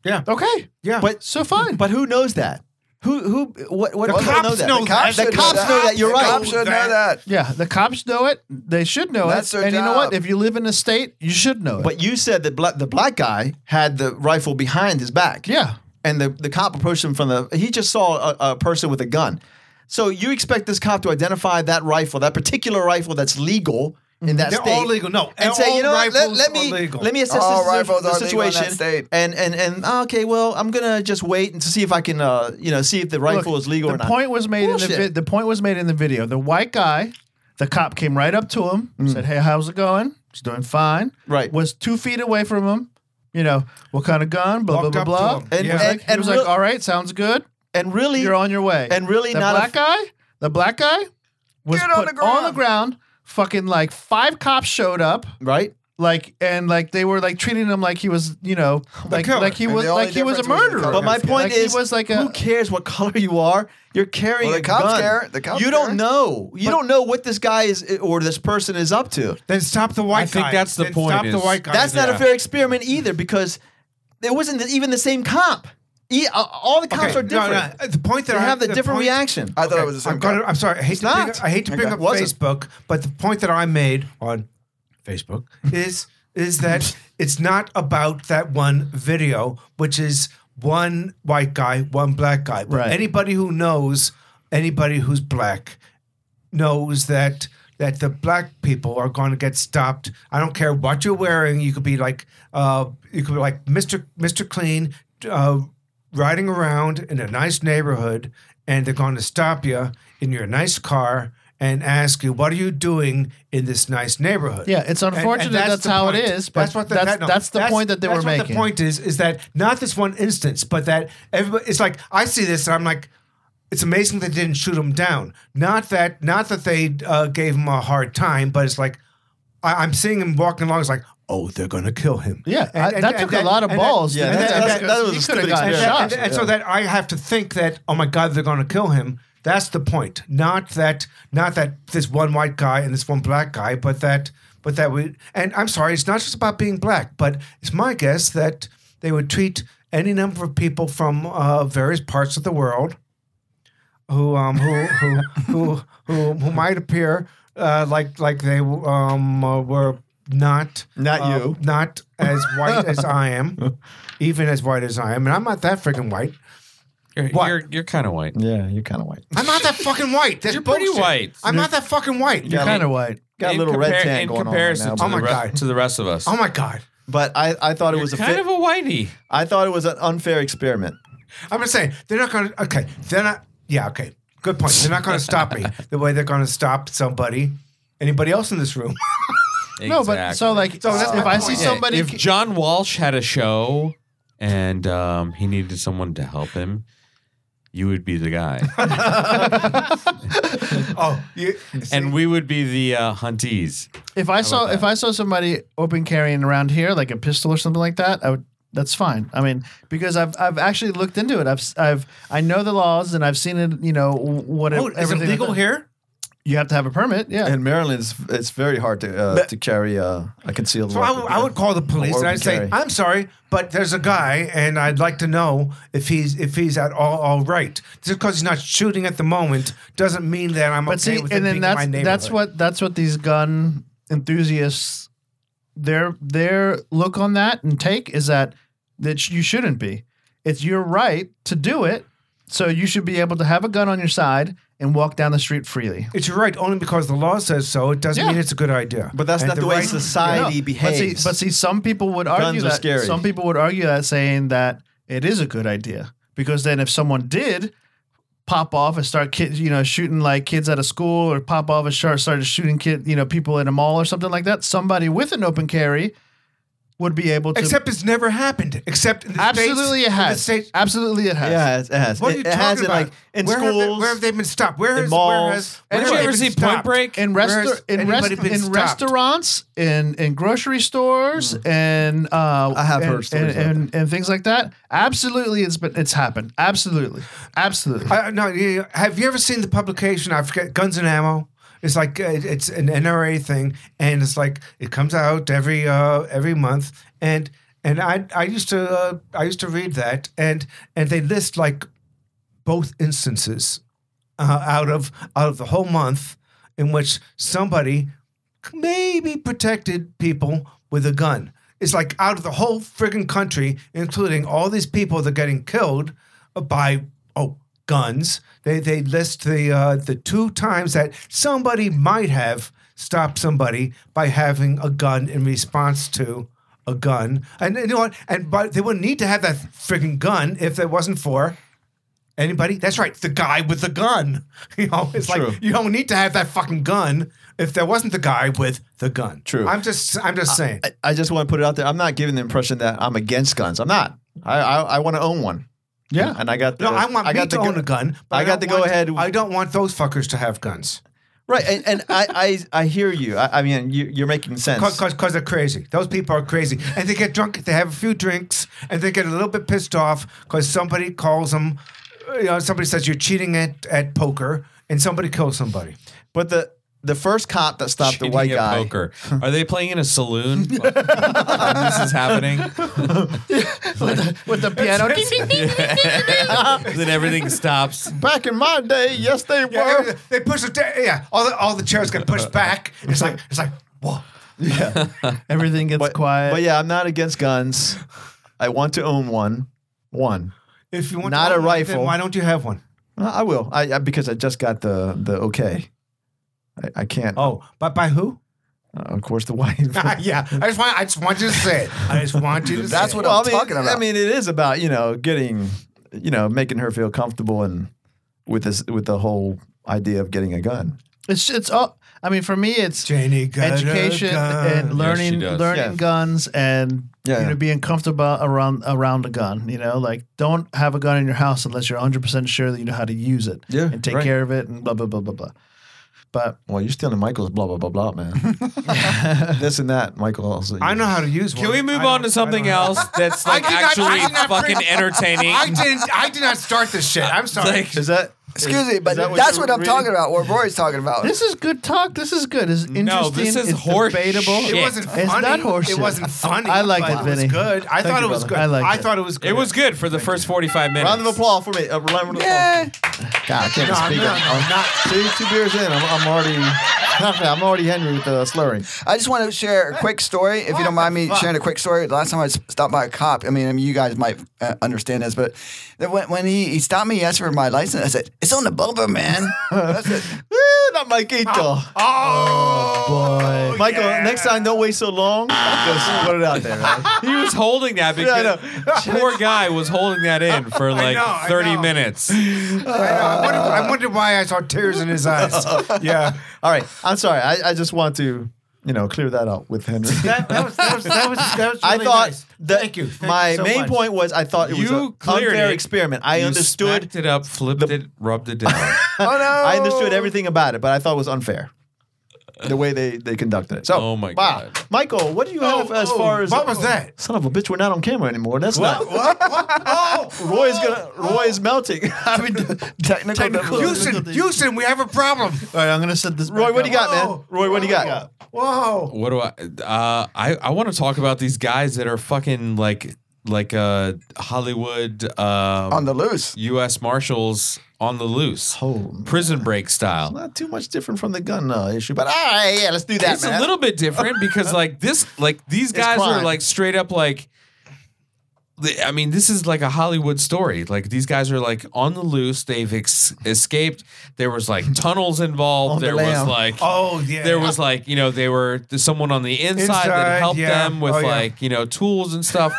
Yeah. okay, Yeah. so fine. But who knows that? Who who what what The people cops know that. The cops should know that. The cops should know that. Yeah, the cops know it. They should know That's it. their and you know what? job. If you live in a state, you should know it. But you said that bla- the black guy had the rifle behind his back. Yeah. And the, the cop approached him from the. He just saw a, a person with a gun. So you expect this cop to identify that rifle, that particular rifle that's legal in that They're state. all legal. No, and say, all you know what? Let, rifles let are me legal. let me assess All this, situ- rifles the are legal in that situation. state. And and and oh, okay, well, I'm gonna just wait and to see if I can, uh, you know, see if the rifle Look, is legal the or not. point was made in Bullshit. the vi- the point was made in the video. The white guy, the cop came right up to him, said, "Hey, how's it going? He's doing fine." Mm. Right. Was two feet away from him. You know what kind of gun? Blah Walked blah up blah to him. blah. And- he was, and- like, he and was real- like, "All right, sounds good. and really, You're on your way." and really the not a black guy, the black guy was Get on put the on the ground. Fucking like five cops showed up. right. Like and like they were like treating him like he was you know like killer. like he And was the only like he was a difference was the murderer. color. But my Yes, point Like, he is, was like a- who cares what color you are? You're carrying Well, the a cops gun. care. The cops you don't care. know. You don't know what this guy is or this person is up to. Then stop the white guy. I think that's the Then point Stop the is- white guy. That's not yeah. a fair experiment either because it wasn't even the same cop. E- uh, All the cops Okay, are different. No, no. The point that They I have the different point- reaction. I thought it was the same. I'm, gonna, guy. I'm sorry. I hate It's to bring not. up, I hate to bring Okay. up Was it? Facebook, but the point that I made on Facebook Hmm. is is that it's not about that one video, which is one white guy, one black guy. But Right. anybody who knows anybody who's black knows that that the black people are going to get stopped. I don't care what you're wearing. You could be like uh, you could be like Mister Mister Clean, uh, riding around in a nice neighborhood, and they're going to stop you in your nice car and ask you, "What are you doing in this nice neighborhood?" Yeah, it's And- and unfortunate that's the how it point. is, but that's- no, that's the point that they that's were what making. The point is is that not this one instance, but that everybody. It's like I see this, and I'm like it's amazing they didn't shoot him down. Not that, not that they uh, gave him a hard time, but it's like I, I'm seeing him walking along. It's like, oh, they're gonna kill him. Yeah, I- that took a lot of and balls, and dude. and That- and that's- that was a he stupid could've gotten shot. experiment. And, and so that I have to think that, oh my god, they're gonna kill him. That's the point. Not that, not that this one white guy and this one black guy, but that, but that we. And I'm sorry, it's not just about being black, but it's my guess that they would treat any number of people from uh, various parts of the world who um who who who who, who might appear uh, like like they um uh, were not Not uh, you. not as white as I am, even as white as I am, and I'm not that freaking white. You're, What? you're, you're kind of white. Yeah, you're kind of white. I'm not that fucking white. That's You're pretty bullshit. white. I'm not that fucking white. You're kind of white. Got a In little red compar- tan in going on right comparison now. to, Oh my the re- God. to the rest of us. Oh my god! But I, I thought it was a kind fit. of a whitey. I thought it was an unfair experiment. I'm just saying they're not going to. Okay, they're not. Yeah, okay. Good point. They're not going to stop me the way they're going to stop somebody, anybody else in this room. No, but so Exactly. like So that's if my I see point. somebody if John Walsh had a show and um, he needed someone to help him, you would be the guy, oh, you, and we would be the uh, huntees. If I saw if I saw somebody open carrying around here, like a pistol or something like that, I would. That's fine. I mean, because I've I've actually looked into it. I've s- I've I know the laws and I've seen it. You know what? oh, is it everything legal like that. here? You have to have a permit. Yeah. In Maryland, it's, it's very hard to uh, to carry uh, a concealed So I, weapon. w- I would call the police and Open I'd say, carry. "I'm sorry, but there's a guy, and I'd like to know if he's if he's at all all right. Just because he's not shooting at the moment doesn't mean that I'm but okay see, with and it then being that's in my that's neighborhood." what that's what these gun enthusiasts their their look on that and take is that that you shouldn't be. It's your right to do it, so you should be able to have a gun on your side and walk down the street freely. It's your right only because the law says so. It doesn't Yeah. mean it's a good idea. but that's And not the, way right- society No, But behaves. see, but see, some people would argue Guns are that scary. some people would argue that saying that it is a good idea because then if someone did pop off and start kids, you know, shooting like kids out of school or pop off and start started shooting kid, you know, people in a mall or something like that, somebody with an open carry would be able to. Except it's never happened. Except in the absolutely, states, in it the has. states- Absolutely, it has. yeah, it has. what it, are you it talking has about? It, like in where have schools. they, where have they been stopped? Where in has malls. Where has, Did where have Did you they ever been see Point stopped? Break? in Where has resta- in, anybody rest- been in stopped? restaurants, in in grocery stores, and uh, I have and, heard stories and, like and, and things like that. Absolutely, it's been it's happened. Absolutely, absolutely. I, no, you, have you ever seen the publication? I forget Guns and Ammo. It's like uh, it's an NRA thing, and it's like it comes out every uh, every month, and and I I used to uh, I used to read that, and and they list like both instances uh, out of out of the whole month in which somebody maybe protected people with a gun. It's like out of the whole friggin' country, including all these people that are getting killed by oh guns. They they list the uh, the two times that somebody might have stopped somebody by having a gun in response to a gun. And you know what? And but they wouldn't need to have that friggin' gun if it wasn't for Anybody? That's right. The guy with the gun. You know, it's True. like you don't need to have that fucking gun if there wasn't the guy with the gun. True. Uh, I'm just I'm just saying. I, I just want to put it out there. I'm not giving the impression that I'm against guns. I'm not. I I, I want to own one. Yeah. and I got the, no, I want I got me to the, own a gun. But I got don't to go want- ahead. I don't want those fuckers to have guns Right, and, and I, I I hear you. I, I mean, you, you're making sense. because because they're crazy. Those people are crazy, and they get drunk. They have a few drinks, and they get a little bit pissed off because somebody calls them. You know, somebody says you're cheating at at poker, and somebody kills somebody. But the the first cop that stopped the white Cheating at guy. Poker. Are they playing in a saloon? this is happening. with the piano. then everything stops. Back in my day, yes, they were. Yeah, they- they push the da- yeah. All the all the chairs get pushed back. It's like it's like whoa. Everything gets quiet. But yeah, I'm not against guns. I want to own one. One. If you want to Not own a one, then rifle. why don't you have one? Uh, I will. I, I because I just got the the okay. I, I can't. Oh, but by who? Uh, of course, the wife. yeah, I just want I just want you to say it. I just want you to. That's say what It. Well, I'm I mean, talking about. I mean, it is about you know getting, you know, making her feel comfortable and with this with the whole idea of getting a gun. It's it's all. I mean, for me, it's Janie uh, got a education gun. and learning, does. learning Yeah. guns, and Yeah. you know, being comfortable around around a gun. You know, like don't have a gun in your house unless you're 100 percent sure that you know how to use it. Yeah, and take right. care of it, and blah blah blah blah blah. But Well, you're stealing Michael's blah blah blah blah, man. this and that, Michael. Also, I know how to use one. Can we move I on don't- to I something don't know. else that's like did not- I actually did not fucking bring- entertaining? I didn't. I did not start this shit. I'm sorry. Like- Is that? Excuse me, but that what that's you're what I'm reading? talking about. What Roy's talking about. this is good talk. This is good. It's interesting. No, this is it's horse debatable. shit. it wasn't funny. It's not horse It shit. wasn't funny. I liked but it, Vinny. was good. I Thank thought you, it was brother. good. I liked it. thought it was good. it was good for the first 45 minutes. Round of applause for me. Uh, round of Yeah. applause. God, I can't No, speak. no, no, I'm not two, two beers in. I'm, I'm already. I'm already Henry with the slurring. I just want to share a quick story, if you don't mind me sharing a quick story. The last time I was stopped by a cop, I mean, I mean you guys might uh, understand this, but that when, when he, he stopped me, he asked for my license. I said, "It's on the bumper, man." That's it. Woo, not Michael. Oh, Boy. Michael, next time don't wait so long. Just put it out there. Man. He was holding that because Yeah, poor guy was holding that in for like know, I 30 know. minutes. I wondered, I wondered why I saw tears in his eyes. Yeah. All right. I'm sorry. I, I just want to, you know, clear that up with Henry. That, that was that was that was that was I really thought nice. that Thank you. Thank my you so main much. point was I thought it was You an cleared unfair it. experiment. I You understood. smacked it up, flipped it, rubbed it down. Oh no! I understood everything about it, but I thought it was unfair. The way they, they conducted it. So, Oh my wow. God. Michael, what do you have as oh, far as what was that? Son of a bitch, we're not on camera anymore. That's not. Roy's gonna. Roy's melting. I mean, Technical. Houston, Houston, we have a problem. All right, I'm gonna set this. Roy, back what do you up. got, man? Oh. Roy, what do you got? Whoa. what do I? Uh, I I want to talk about these guys that are fucking like like uh Hollywood um, on the loose. U.S. Marshals on the loose, Oh, prison break style. not too much different from the gun uh, issue, but all right, yeah, let's do that, it's man. a little bit different because like this like these guys are crime. like straight up like the- I mean, this is like a Hollywood story. Like these guys are like on the loose. They've ex- escaped. There was like tunnels involved. the there was lam. like Oh yeah. there was like you know they were there's someone on the inside, that Inside, helped yeah. them with Oh, yeah. like you know tools and stuff.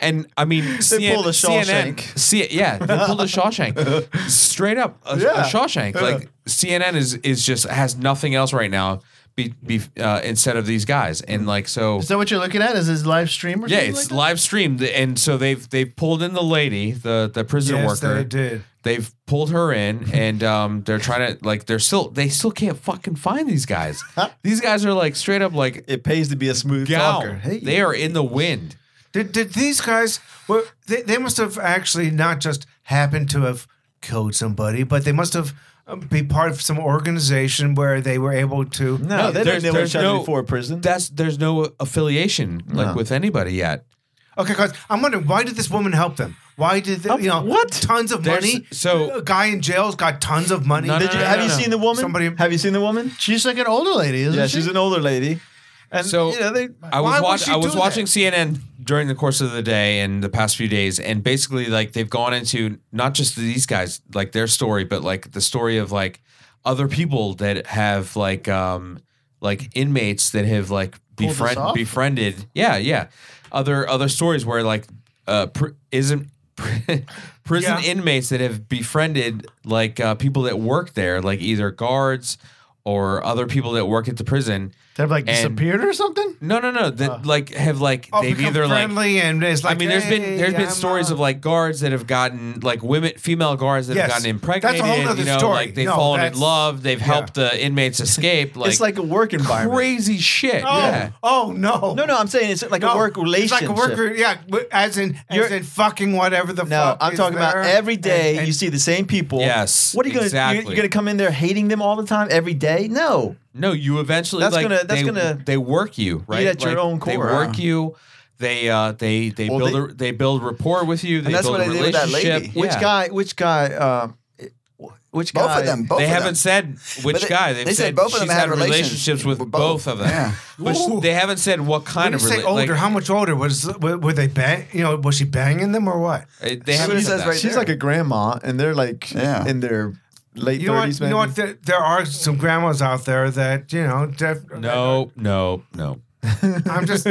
and I mean, CN- pulled a CNN, Shawshank. C- yeah, they pulled a Shawshank, straight up a, a Yeah. Shawshank. Like CNN is is just has nothing else right now. Be, be uh, instead of these guys, and like so, Is that what you're looking at? Is this live stream or yeah, something it's like that? live streamed, and so they've they've pulled in the lady, the the prison yes, worker. they did. They've pulled her in, and um, they're trying to like they're still they still can't fucking find these guys. these guys are like straight up like it pays to be a smooth talker. gown. Hey, They are in the wind. Did did these guys? Well, they they must have actually not just happened to have killed somebody, but they must have um, been part of some organization where they were able to. no, No, they there's- didn't know there's each other no- before prison. That's there's no affiliation like with anybody yet. Okay, guys, I'm wondering why did this woman help them? Why did they, you know what tons of There's- money? so- a guy in jail's got tons of money. No, no, Did you- no, have no, you no. seen the woman? Somebody, have you seen the woman? She's like an older lady, isn't yeah, she? she's an older lady. And so you know, they, I was, why would watch, she I was do watching CNN during the course of the day and the past few days, and basically, like, they've gone into not just these guys, like their story, but like the story of like other people that have like, um, like inmates that have like Pulled this befriend, off? befriended. Yeah, yeah. Other, other stories where like, uh, pr- isn't. prison Yeah. inmates that have befriended like uh, people that work there like either guards or other people that work at the prison They've like And- disappeared or something. no, no, no. That like have like Oh, they've become either like. friendly and it's like I mean, there's been there's "Hey, been I'm, stories uh, of like guards that have gotten like women, female guards that Yes. have gotten That's a whole impregnated. nother you know, story. like they've No, fallen in that's- love. They've helped the inmates escape. Like it's like a work environment. crazy shit. Oh, Yeah. oh no. No, no, I'm saying it's like No, a work It's relationship. like a worker, yeah, w- as in, as in fucking whatever the No, fuck. I'm is talking about there. every day And- and- you see the same people. Yes, What are you gonna exactly. you're, you're gonna come in there hating them all the time every day? No. No, you eventually That's like, gonna- they, that's gonna they work you right at your Like, own They core. work Yeah. you. They uh they they Well, build they- a, they build rapport with you. They that's build what a I did with that lady. relationship. Which Yeah. guy which guy um which Both guy of them. Both they of haven't them. said which But they- guy. They've they said said, both of them she's had had relations- relationships with with both, both. of them. Yeah. But she- they haven't said what kind When you of say relationship. older, how much older was were, were they? Bang, you know, was she banging them or what? they haven't Somebody said says that. right She's there. like a grandma and they're like Yeah. in their late You know what? thirties, You man. know what? There, there are some grandmas out there that you know. Def, No, no, no. I'm just.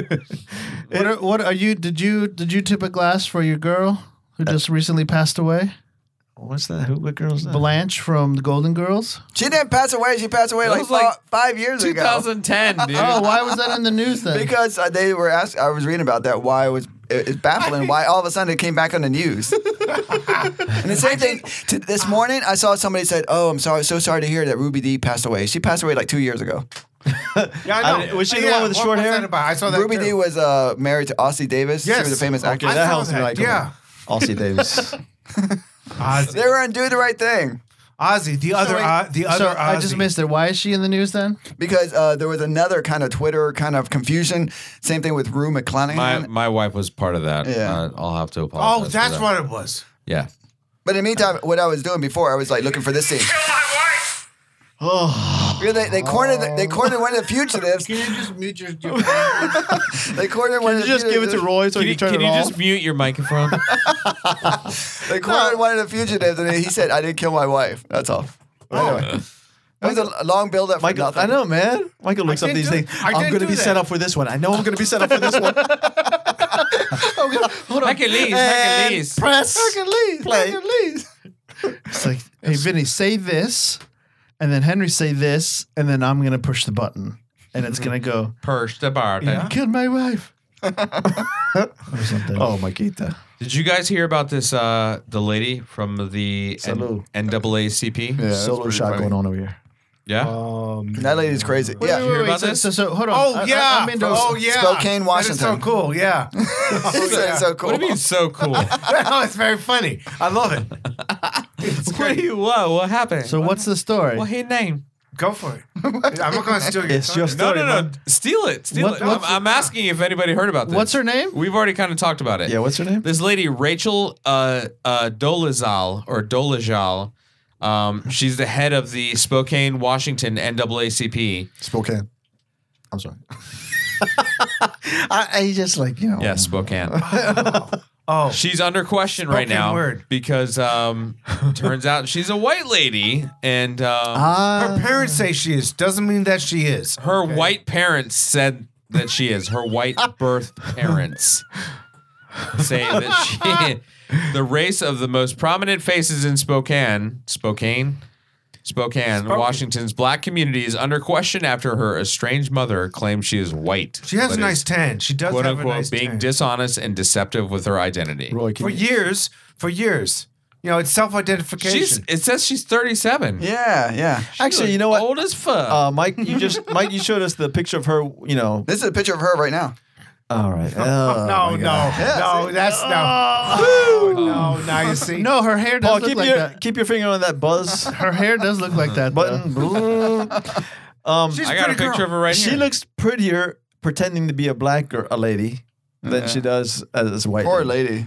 What are, what are you? Did you did you tip a glass for your girl who just recently passed away? Uh, What's that? Who what girl's that? Blanche from the Golden Girls. She didn't pass away. She passed away That like, was like fi- five years ago. 2010, dude. Oh, why was that in the news then? Because uh, they were asked, I was reading about that. Why it was it, it's baffling? Why all of a sudden it came back on the news? and the same thing to this morning. I saw somebody said, "Oh, I'm sorry, so sorry to hear that Ruby D passed away. She passed away like two years ago. Yeah, I know. was she the Yeah, one with the what short was hair? that about? I saw that. Ruby too. D was uh, married to Ossie Davis. She Yes. was a famous Okay, actor. I that saw helps me that, like yeah. Aussie Davis. They Ozzy, were on Do the Right Thing Ozzy the other, wait, O- the so other. I just Ozzy. missed it. Why is she in the news then? because uh, there was another kind of Twitter kind of confusion. Same thing with Rue McClanahan. my my wife was part of that. Yeah. Uh, I'll have to apologize. Oh, for that's that. what it was. Yeah. But in the meantime, what I was doing before, I was like looking for this scene. Yeah, they, they cornered the- they cornered one of the fugitives. Can you just mute your? They cornered one of the fugitives- Roy so Can you, can you just mute your microphone? They cornered one of the fugitives, and he said, "I didn't kill my wife." That's all. Oh. That was a long build up for Michael, nothing. I know, man. Michael looks up did these do- things. I I'm did going to do be that. set up for this one. I know I'm going to be set up for this one. Hercules, And Hercules. press. Play. It's like, hey Vinny, say this, and then Henry say this, and then I'm gonna push the button, and it's gonna go. Perch the bar. I killed my wife. or something. Oh, my Gita. Did you guys hear about this? Uh, the lady from the Salud. N- NAACP. Yeah, that's solo pretty shot funny. going on over here. Yeah? Uh, Um, that lady's crazy. yeah, wait, wait. about so, this? So, so hold on. Oh I- I- yeah. I'm into- oh yeah. Spokane, That Washington. is so cool. Yeah. It's so- so cool. What do you mean so cool? what no, it's very funny. I love it. do you? Whoa, what happened? So what's the story? What's his name? Go for it. I'm not gonna steal your. It's thunder. your No, story. Oh, no, no. man. Steal it. Steal What- it. what's- I'm, I'm asking if anybody heard about this. What's her name? We've already kind of talked about it. Yeah, what's her name? This lady, Rachel uh, uh, Dolezal, or Dolezal, um, she's the head of the Spokane, Washington NAACP. Spokane. I'm sorry. I, I just like, you know. Yeah, Spokane. Oh. She's under question right Spoken now word. because um, turns out she's a white lady, and um, uh, Her parents say she is. Doesn't mean that she is. her white parents said that she is. Her white birth parents say that she, the race of the most prominent faces in Spokane, Spokane, Spokane, Washington's black community is under question after her estranged mother claims she is white. She has but a nice is, tan. She does quote have unquote a nice being tan. dishonest and deceptive with her identity. Roy, can for you- years. For years. You know, it's self-identification. She's it says she's 37. yeah, yeah. She Actually, looks you know what? Old as fuck. Uh, Mike, you just Mike, you showed us the picture of her. You know, This is a picture of her right now. all right. Oh no, no, Oh no. That's Oh. no. No, now you see. No, her hair does Paul, look keep like your that. keep your finger on that buzz Her hair does look like that. button. Button. um, She's I got a pretty picture girl. of her right she here. looks prettier pretending to be a black girl, a lady, than she does as a white. Poor lady.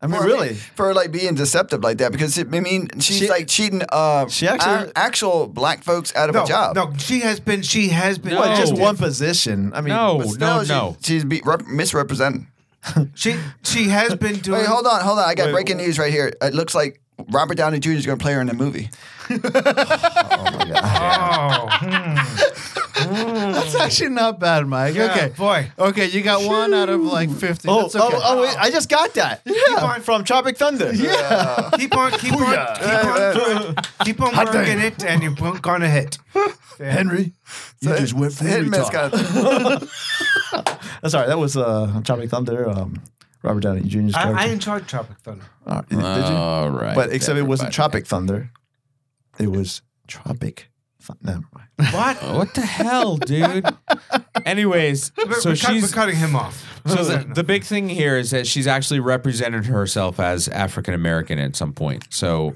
I mean, For- really? for like being deceptive like that because it, I mean she's She- like cheating uh she actually- a- actual black folks out of No, a job. No, she has been. She has been. Well, just one position. I mean, but still, she- She, she's be, rep, misrepresenting. she she has been doing. Wait, hold on, hold on. I got Wait, breaking news right here. It looks like Robert Downey Jr. is going to play her in a movie. That's actually not bad, Mike. Yeah, okay, boy. Okay, you got one out of like fifty. Oh, That's oh, okay. oh, wait, I just got that. Yeah, from Tropic Thunder. Yeah. keep on, keep on, keep on, keep on Hot working damn. it, and you're gonna hit. Henry, you just went for Hitman's That's all right. That was uh, Tropic Thunder. Um, Robert Downey Jr.'s character. I, I enjoyed Tropic Thunder. All right, did you? All right, But except it wasn't everybody. Tropic Thunder. It was Tropic Thunder. Never mind. What? what the hell, dude? Anyways, We're, so we're cut- she's we're cutting him off. so the, the big thing here is that she's actually represented herself as African American at some point. So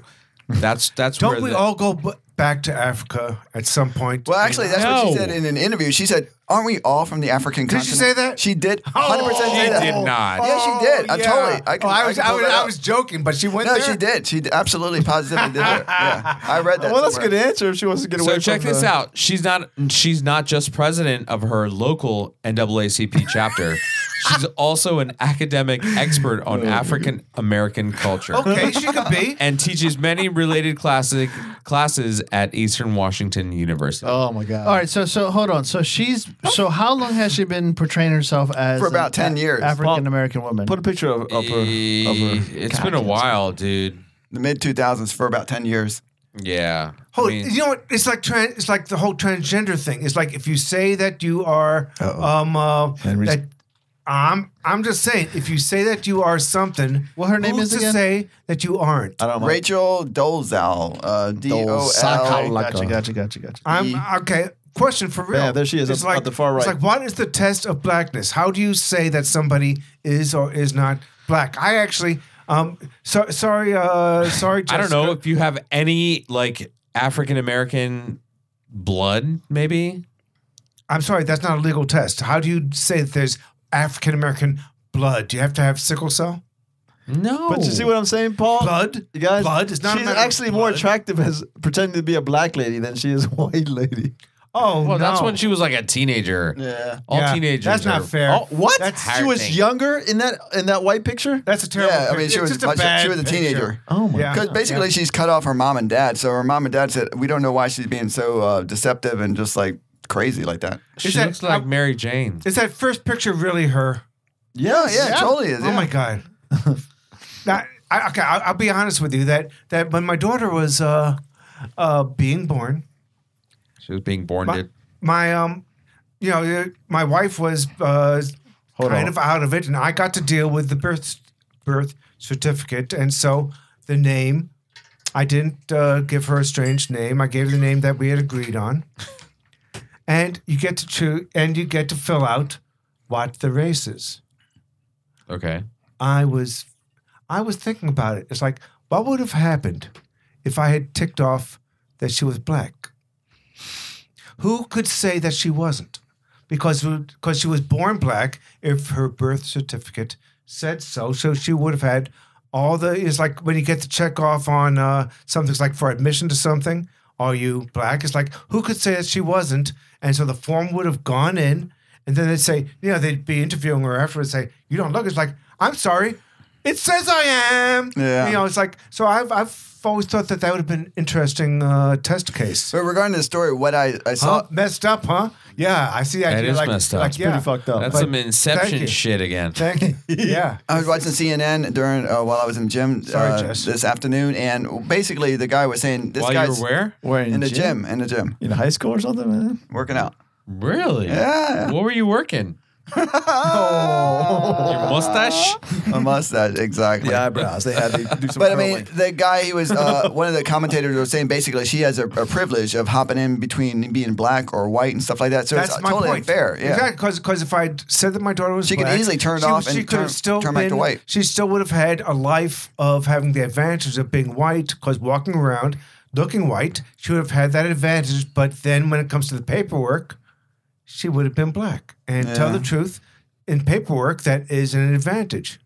that's that's where Don't we the- all go b- back to Africa at some point? Well, actually, that's what she said in an interview. She said, "Aren't we all from the African Did continent?" she say that? Oh, She did. Hundred percent. She did not. Yeah, she did. I yeah. totally. I, Oh, I was- I was- I was joking, but she went No, there? she did. She d- absolutely positively did. That. Yeah, I read that. Well, that's a somewhere. good answer if she wants to get away. so check from this the- out. She's not she's not just president of her local NAACP chapter. she's also an academic expert on African American culture. Okay, she could be. And teaches many related classic classes at Eastern Washington University. Oh my god. All right, so so hold on. So she's so how long has she been portraying herself as For about 10 years. African American woman? Put a picture of, of her. Eh, It's been a while, dude. The mid two thousands for about ten years. Yeah. Hold, you know what? It's like trans, it's like the whole transgender thing. It's like if you say that you are um uh, Henry's- that I'm I'm just saying if you say that you are something, well, her name who's is to again? say that you aren't. I don't mind. Rachel Dolezal. Uh, D O Dolezal. L. Gotcha, gotcha, gotcha, gotcha. I'm okay. Question for real. Yeah, there she is, It's up- up the far right. It's like what is the test of blackness? How do you say that somebody is or is not black? I actually um so, sorry uh sorry I Jessica. don't know if you have any like African American blood, maybe. I'm sorry, that's not a legal test. How do you say that there's African American blood? Do you have to have sickle cell? No. But you see what I'm saying, Paul? Blood? You guys, Blood? It's not a she's matter of actually more blood. attractive as pretending to be a black lady than she is a white lady. Oh, no. Well, that's when she was like a teenager. Yeah. All Yeah, teenagers. that's not are- fair. All- What? That's she was hurting. younger in that in that white picture. That's a terrible. Yeah, I mean, picture. she It's was just a much- bad she was a picture. teenager. Oh my Yeah. Because basically, she's cut off her mom and dad. So her mom and dad said, "We don't know why she's being so uh, deceptive and just like crazy like that." She Is that- looks like Mary Jane. Is that first picture really her? Yeah, yeah, it totally is. Oh my god. Now, I, okay, I'll, I'll be honest with you that that when my daughter was uh, uh, being born, She was being born my, to. my um, you know, uh, my wife was uh, kind on. of out of it, and I got to deal with the birth birth certificate, and so the name. I didn't uh, give her a strange name. I gave her the name that we had agreed on, and you get to choose, and you get to fill out what the race is. Okay. I was I was thinking about it. It's like, what would have happened if I had ticked off that she was black? Who could say that she wasn't? Because because she was born black if her birth certificate said so. So she would have had all the it's like when you get to check off on uh, something's like for admission to something, are you black? It's like who could say that she wasn't? And so the form would have gone in and then they'd say, you know, they'd be interviewing her afterwards and say, you don't look. It's like, I'm sorry. It says I am. Yeah. You know, it's like, so I've, I've always thought that that would have been an interesting uh, test case. But regarding the story, what I, I saw, Huh? Messed up, huh? Yeah, I see that. That You're is like, messed up. Like, It's yeah. pretty fucked up. That's But some thank Inception you. shit again. Thank you. Yeah. I was watching CNN during uh, while I was in the gym Sorry, uh, Jess. this afternoon, and basically the guy was saying this While you guy's were where? Wearing in the gym, in the gym, in high school or something, man. working out. Really? Yeah. What were you working? Your mustache? A mustache, exactly. eyebrows. They had to do some. But I mean, the guy he was uh, one of the commentators was saying basically she has a, a privilege of hopping in between being black or white and stuff like that. So That's it's my uh, totally point. unfair. Yeah. Exactly, because if I said that my daughter was She could black, easily turn she, off she and could turn- have still turn back to been- white. She still would have had a life of having the advantage of being white, because walking around looking white, she would have had that advantage. But then when it comes to the paperwork, she would have been black. And tell Yeah. the truth, in paperwork, that is an advantage.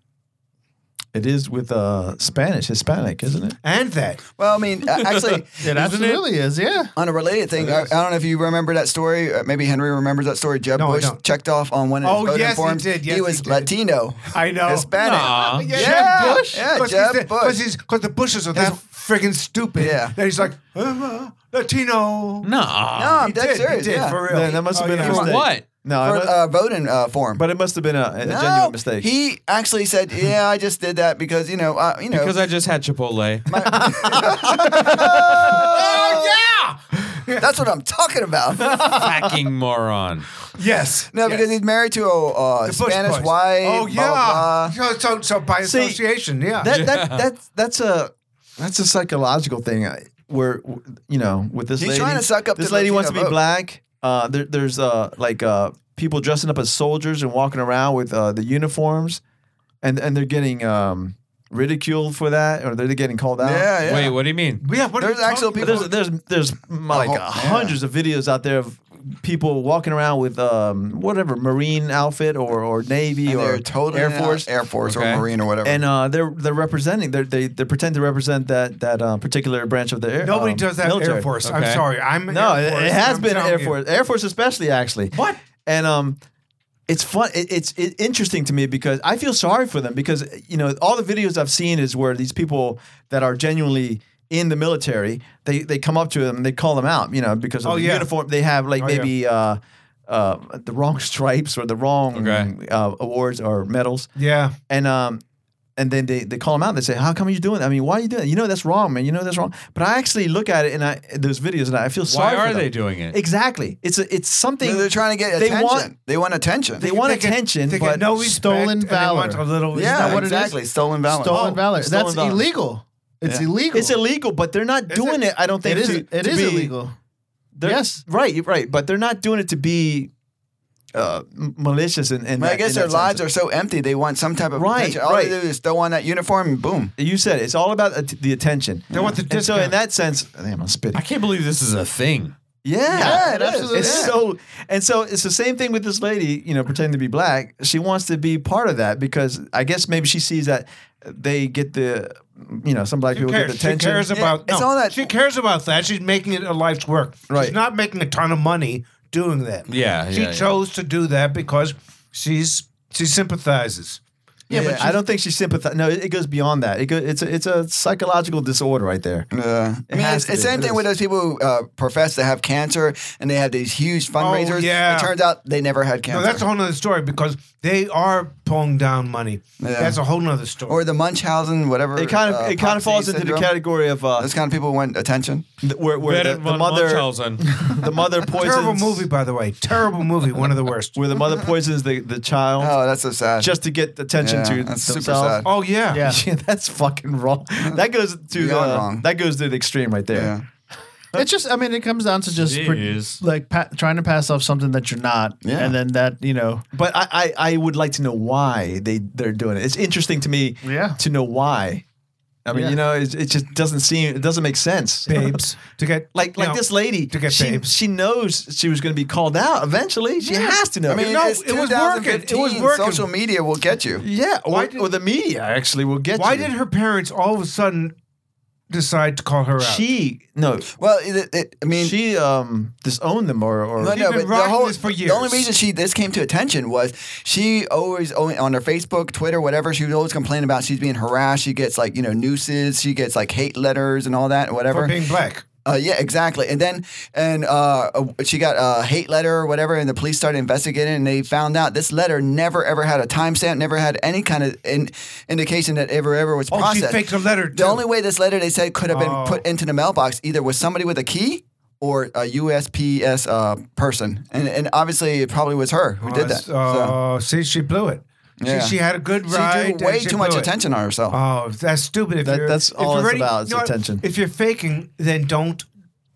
It is with uh, Spanish, Hispanic, isn't it? And that. Well, I mean, a- actually, It absolutely is. Yeah. On a related thing, I, I don't know if you remember that story. uh, Maybe Henry remembers that story. Jeb No, I Bush don't. checked off on one of his Oh, voting yes, he forms. did. Yes, he was did. Latino. I know. Hispanic. Nah. Yeah, Jeb Bush? Yeah, Cause Jeb he's the, Bush. Because the Bushes are that friggin' stupid. Yeah. That he's like, uh, uh, Latino. No. No, I'm he dead did, serious, He did, yeah. for real. Oh, Then that must have been a mistake. No, For, it must- uh, voting uh, form. but it must have been a, a genuine mistake. He actually said, "Yeah, I just did that because you know, uh, you know." Because I just had Chipotle. Oh, That's what I'm talking about. Fucking moron. Yes. No, because he's married to a uh, The Bush Spanish boys. wife. Oh, blah, yeah. blah, So, so, so by See, association, yeah. That, that, that, that's a that's a psychological thing uh, where w- you know with this He's lady, trying to suck up this the lady wants to be Latino vote. black. Uh, there, there's uh, like uh, people dressing up as soldiers and walking around with uh, the uniforms, and and they're getting um, ridiculed for that, or they're getting called out. Yeah, yeah. Wait, what do you mean? yeah what are There's you talking actual about? people. There's there's there's like whole- hundreds of videos out there of people walking around with um, whatever marine outfit or or navy and or they're totally air not force Air Force, Okay. or Marine, or whatever. and uh, they're they're representing they're, they they pretend to represent that that uh, particular branch of the air. Nobody um, does that military. Air Force. Okay. I'm sorry. I'm No, Air it, Force, it has I'm been telling Air you. Force. Air Force especially actually. What? And um, it's fun. It, it's it, interesting to me because I feel sorry for them because you know all the videos I've seen is where these people that are genuinely in the military they they come up to them and they call them out you know because of Oh, the yeah. uniform they have like Oh, yeah. maybe uh, uh, the wrong stripes or the wrong Okay. uh, awards or medals Yeah. and um and then they, they call them out and they say, How come you doing that? I mean, why are you doing that? You know that's wrong, man. You know that's wrong. But I actually look at it and I those videos and I feel Why sorry. for are them. they doing it? Exactly. It's a, it's something No, they're trying to get They attention. want- they want attention. they want They get- attention, they but get no respect stolen and they valor. want a little. yeah, respect. what it is? exactly. Stolen valor. Stolen valor. stolen That's valor. illegal. It's illegal. it's illegal, but they're not doing it? I don't think It is. to- it to is be- illegal. they're- Yes. Right, right. But they're not doing it to be uh, m- malicious and, and But I guess their lives are so empty. They want some type of Right, attention. All right. they do is throw on that uniform and boom. you said it. it's all about at- the attention. They want the and so in discount. that sense, damn, I'm spitting. I can't believe this is a thing. Yeah, Yeah, it it is. absolutely It's is. so, and so it's the same thing with this lady, you know, pretending to be black. She wants to be part of that because I guess maybe she sees that they get the, you know, some black She people cares, get the she attention. cares about it's no, all that- She cares about that. She's making it a life's work. Right. She's not making a ton of money doing that. Yeah, She yeah, yeah. chose to do that because she's she sympathizes. yeah, but I don't think she sympathizes. No, it, it goes beyond that. It go, it's a, it's a psychological disorder right there. Yeah. I mean, has it's to the be. same It thing is. with those people who uh, profess to have cancer and they have these huge fundraisers. Oh, yeah. It turns out they never had cancer. No, that's a whole nother story because they are pulling down money. Yeah. That's a whole nother story. or the Munchausen, whatever. It kind of uh, it kind of Pompe falls into the syndrome. category of uh, Those kind of people want attention. th- where, where the, Better the than mother Munchausen. the mother poisons Terrible movie, by the way. Terrible movie. One of the worst. where the mother poisons the, the child Oh, that's so sad. just to get attention Yeah, to that's super themselves. sad. Oh yeah. Yeah. Yeah, that's fucking wrong. That goes to the, Beyond wrong. that goes to the extreme right there. Yeah. It's just, I mean, it comes down to just pre- Jeez. like pa- trying to pass off something that you're not, Yeah. and then that you know, But I, I, I would like to know why they they're doing it. It's interesting to me Yeah. to know why. I mean, Yeah. you know, it, it just doesn't seem it doesn't make sense. Babes. To get Like you like know, this lady, to get she babes. she knows she was going to be called out eventually. She has to know. I mean, No, it's it was working. It was 2015. working. Social media will get you. yeah, or, Why did- or the media actually will get Why you. did her parents all of a sudden decide to call her out? she no? Well, it, it, I mean, she um disowned them or or No, She's no, been but the rocking whole this for the only years. reason she this came to attention was she always only on her Facebook, Twitter, whatever. She was always complaining about she's being harassed. She gets like you know nooses. She gets like hate letters and all that and whatever. for being black. Uh, yeah, exactly. And then and uh, she got a hate letter or whatever, and the police started investigating, and they found out this letter never ever had a timestamp, never had any kind of in, indication that ever ever was Oh, she processed. faked a letter, The too. only way this letter they said could have been Oh. put into the mailbox either was somebody with a key or a USPS uh, person, and and obviously it probably was her who did that. Oh, see, she blew it. Yeah. She, she had a good she ride. drew way and she too much blew it. attention on herself. Oh, that's stupid. If That- you're- that's if all you're it's already- about, it's you know what? attention. If you're faking, then don't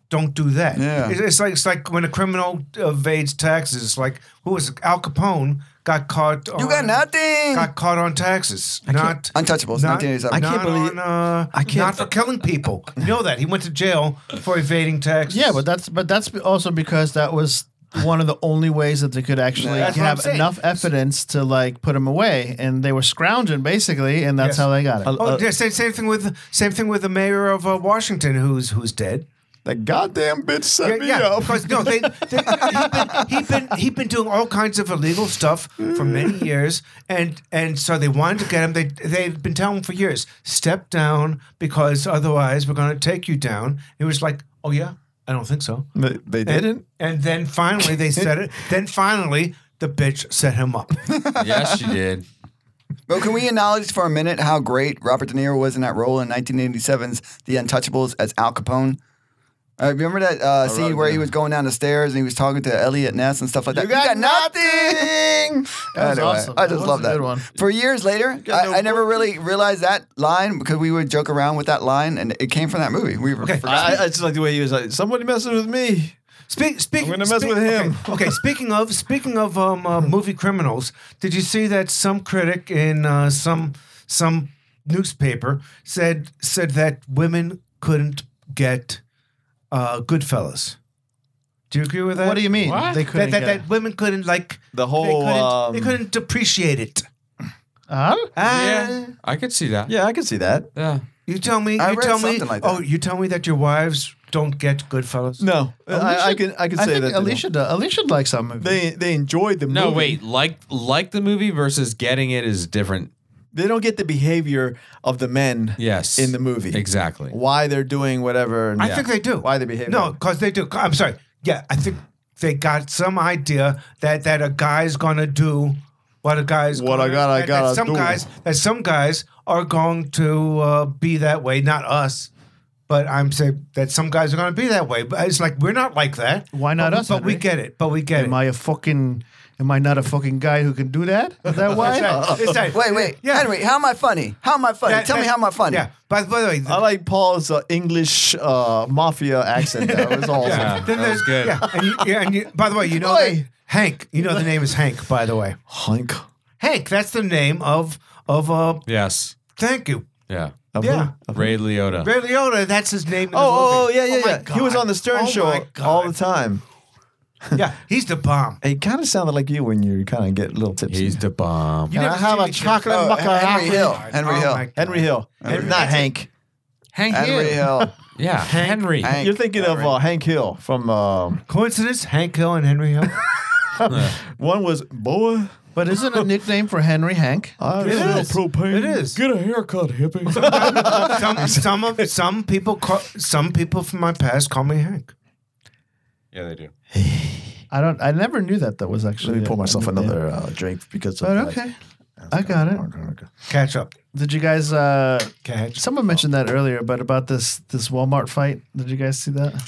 don't do that. Yeah. It's, it's like it's like when a criminal evades taxes. Like who was it? Al Capone got caught. you on- got nothing. Got caught on taxes. Not Untouchables, Not, 1987. I I can't can't believe- I can't. Not for killing people. You know that he went to jail for evading taxes. yeah, but that's but that's also because that was one of the only ways that they could actually That's what I'm have saying. enough evidence to like put him away, and they were scrounging basically, and Yes. that's how they got it. Oh, yeah, same, same thing with same thing with the mayor of uh, Washington, who's who's dead. That goddamn bitch set yeah, me yeah, up. Because no, they, they, he'd been he'd been he'd been doing all kinds of illegal stuff Mm-hmm. for many years, and and so they wanted to get him. They they'd been telling him for years, step down because otherwise we're going to take you down. It was like, oh yeah, I don't think so. They, they didn't. And, and then finally they said it. Then finally the bitch set him up. yes, she did. But can we acknowledge for a minute how great Robert De Niro was in that role in 1987's The Untouchables as Al Capone? I remember that uh, scene where he was going down the stairs and he was talking to Elliot Ness and stuff like that. You got, nothing. That was Anyway, awesome. I That just was love a that. good one. For years later, I, I never really realized that line because we would joke around with that line and it came from that movie. We were forgot- I, I just like the way he was like, somebody messes with me. Speak, speak, I'm gonna mess with him. Okay, okay, speaking of speaking of um, uh, movie criminals, did you see that some critic in uh, some some newspaper said said that women couldn't get uh, Goodfellas? Do you agree with that? What do you mean? What? They couldn't that, that, get- that women couldn't like The they whole. couldn't, um, they couldn't depreciate it. Huh? Ah, Yeah, I could see that. yeah, I could see that. Yeah. You tell me. I you read tell me. something like that. oh, you tell me that your wives don't get Goodfellas. No, I, I can I can I say think that. they Alicia does. Alicia likes that movie. don't. They they enjoyed the No, movie. wait. Like like the movie versus getting it is different. They don't get the behavior of the men. Yes. In the movie. Exactly. Why they're doing whatever. and- I Yeah. think they do. Why they behave. No, that way. because they do. I'm sorry. Yeah, I think they got some idea that that a guy's gonna do what a guy's What a gonna, guy- I that- gotta that some do. guys that some guys are going to uh, be that way. Not us, but I'm saying that some guys are gonna be that way. But it's like we're not like that. Why not but, us, But we Henry? get it. But we get Am I a fucking? Am I not a fucking guy who can do that? Is that it. why? It's Oh. that- it's Uh, that- Wait, wait. Yeah. Henry, how am I funny? How am I funny? that- Tell me that- how am I funny? Yeah. By, by the way, the- I like Paul's uh, English uh, mafia accent. That was awesome. Yeah. then that there's was good. Yeah, and you, yeah, and you, by the way, you know Oi. that- Hank. You know the name is Hank. By the way, Hunk. Hank. That's the name of of uh. Yes. Thank you. Yeah. Yeah. Uh-huh. Ray Liotta. Ray Liotta, that's his name. In the Oh, oh, oh, movie. yeah, yeah, my yeah. He was God. on the Stern Oh, my Show God. all the time. Yeah, he's the bomb. It kind of sounded like you when you kind of get a little tipsy. He's the bomb. You Can I never have seen a the kid. chocolate Oh, maca- Henry Hill. God. Henry Oh, Hill. my God. Henry Hill, Henry- not Hank. Hank Henry Hill. Yeah. Henry. Hank. You're thinking of uh, Hank Hill from uh, Coincidence? Hank Hill and Henry Hill. one was Boa. But isn't a nickname for Henry Hank? I It smell is. propane. It is. Get a haircut, hippie. some some of some people call, some people from my past call me Hank. Yeah, they do. I don't. I never knew that. That was actually. Let me pour a- myself a nickname. another uh, drink because. But of okay, I got it. Catch up. Did you guys? uh Catch. Someone mentioned that earlier, but about this this Walmart fight. Did you guys see that?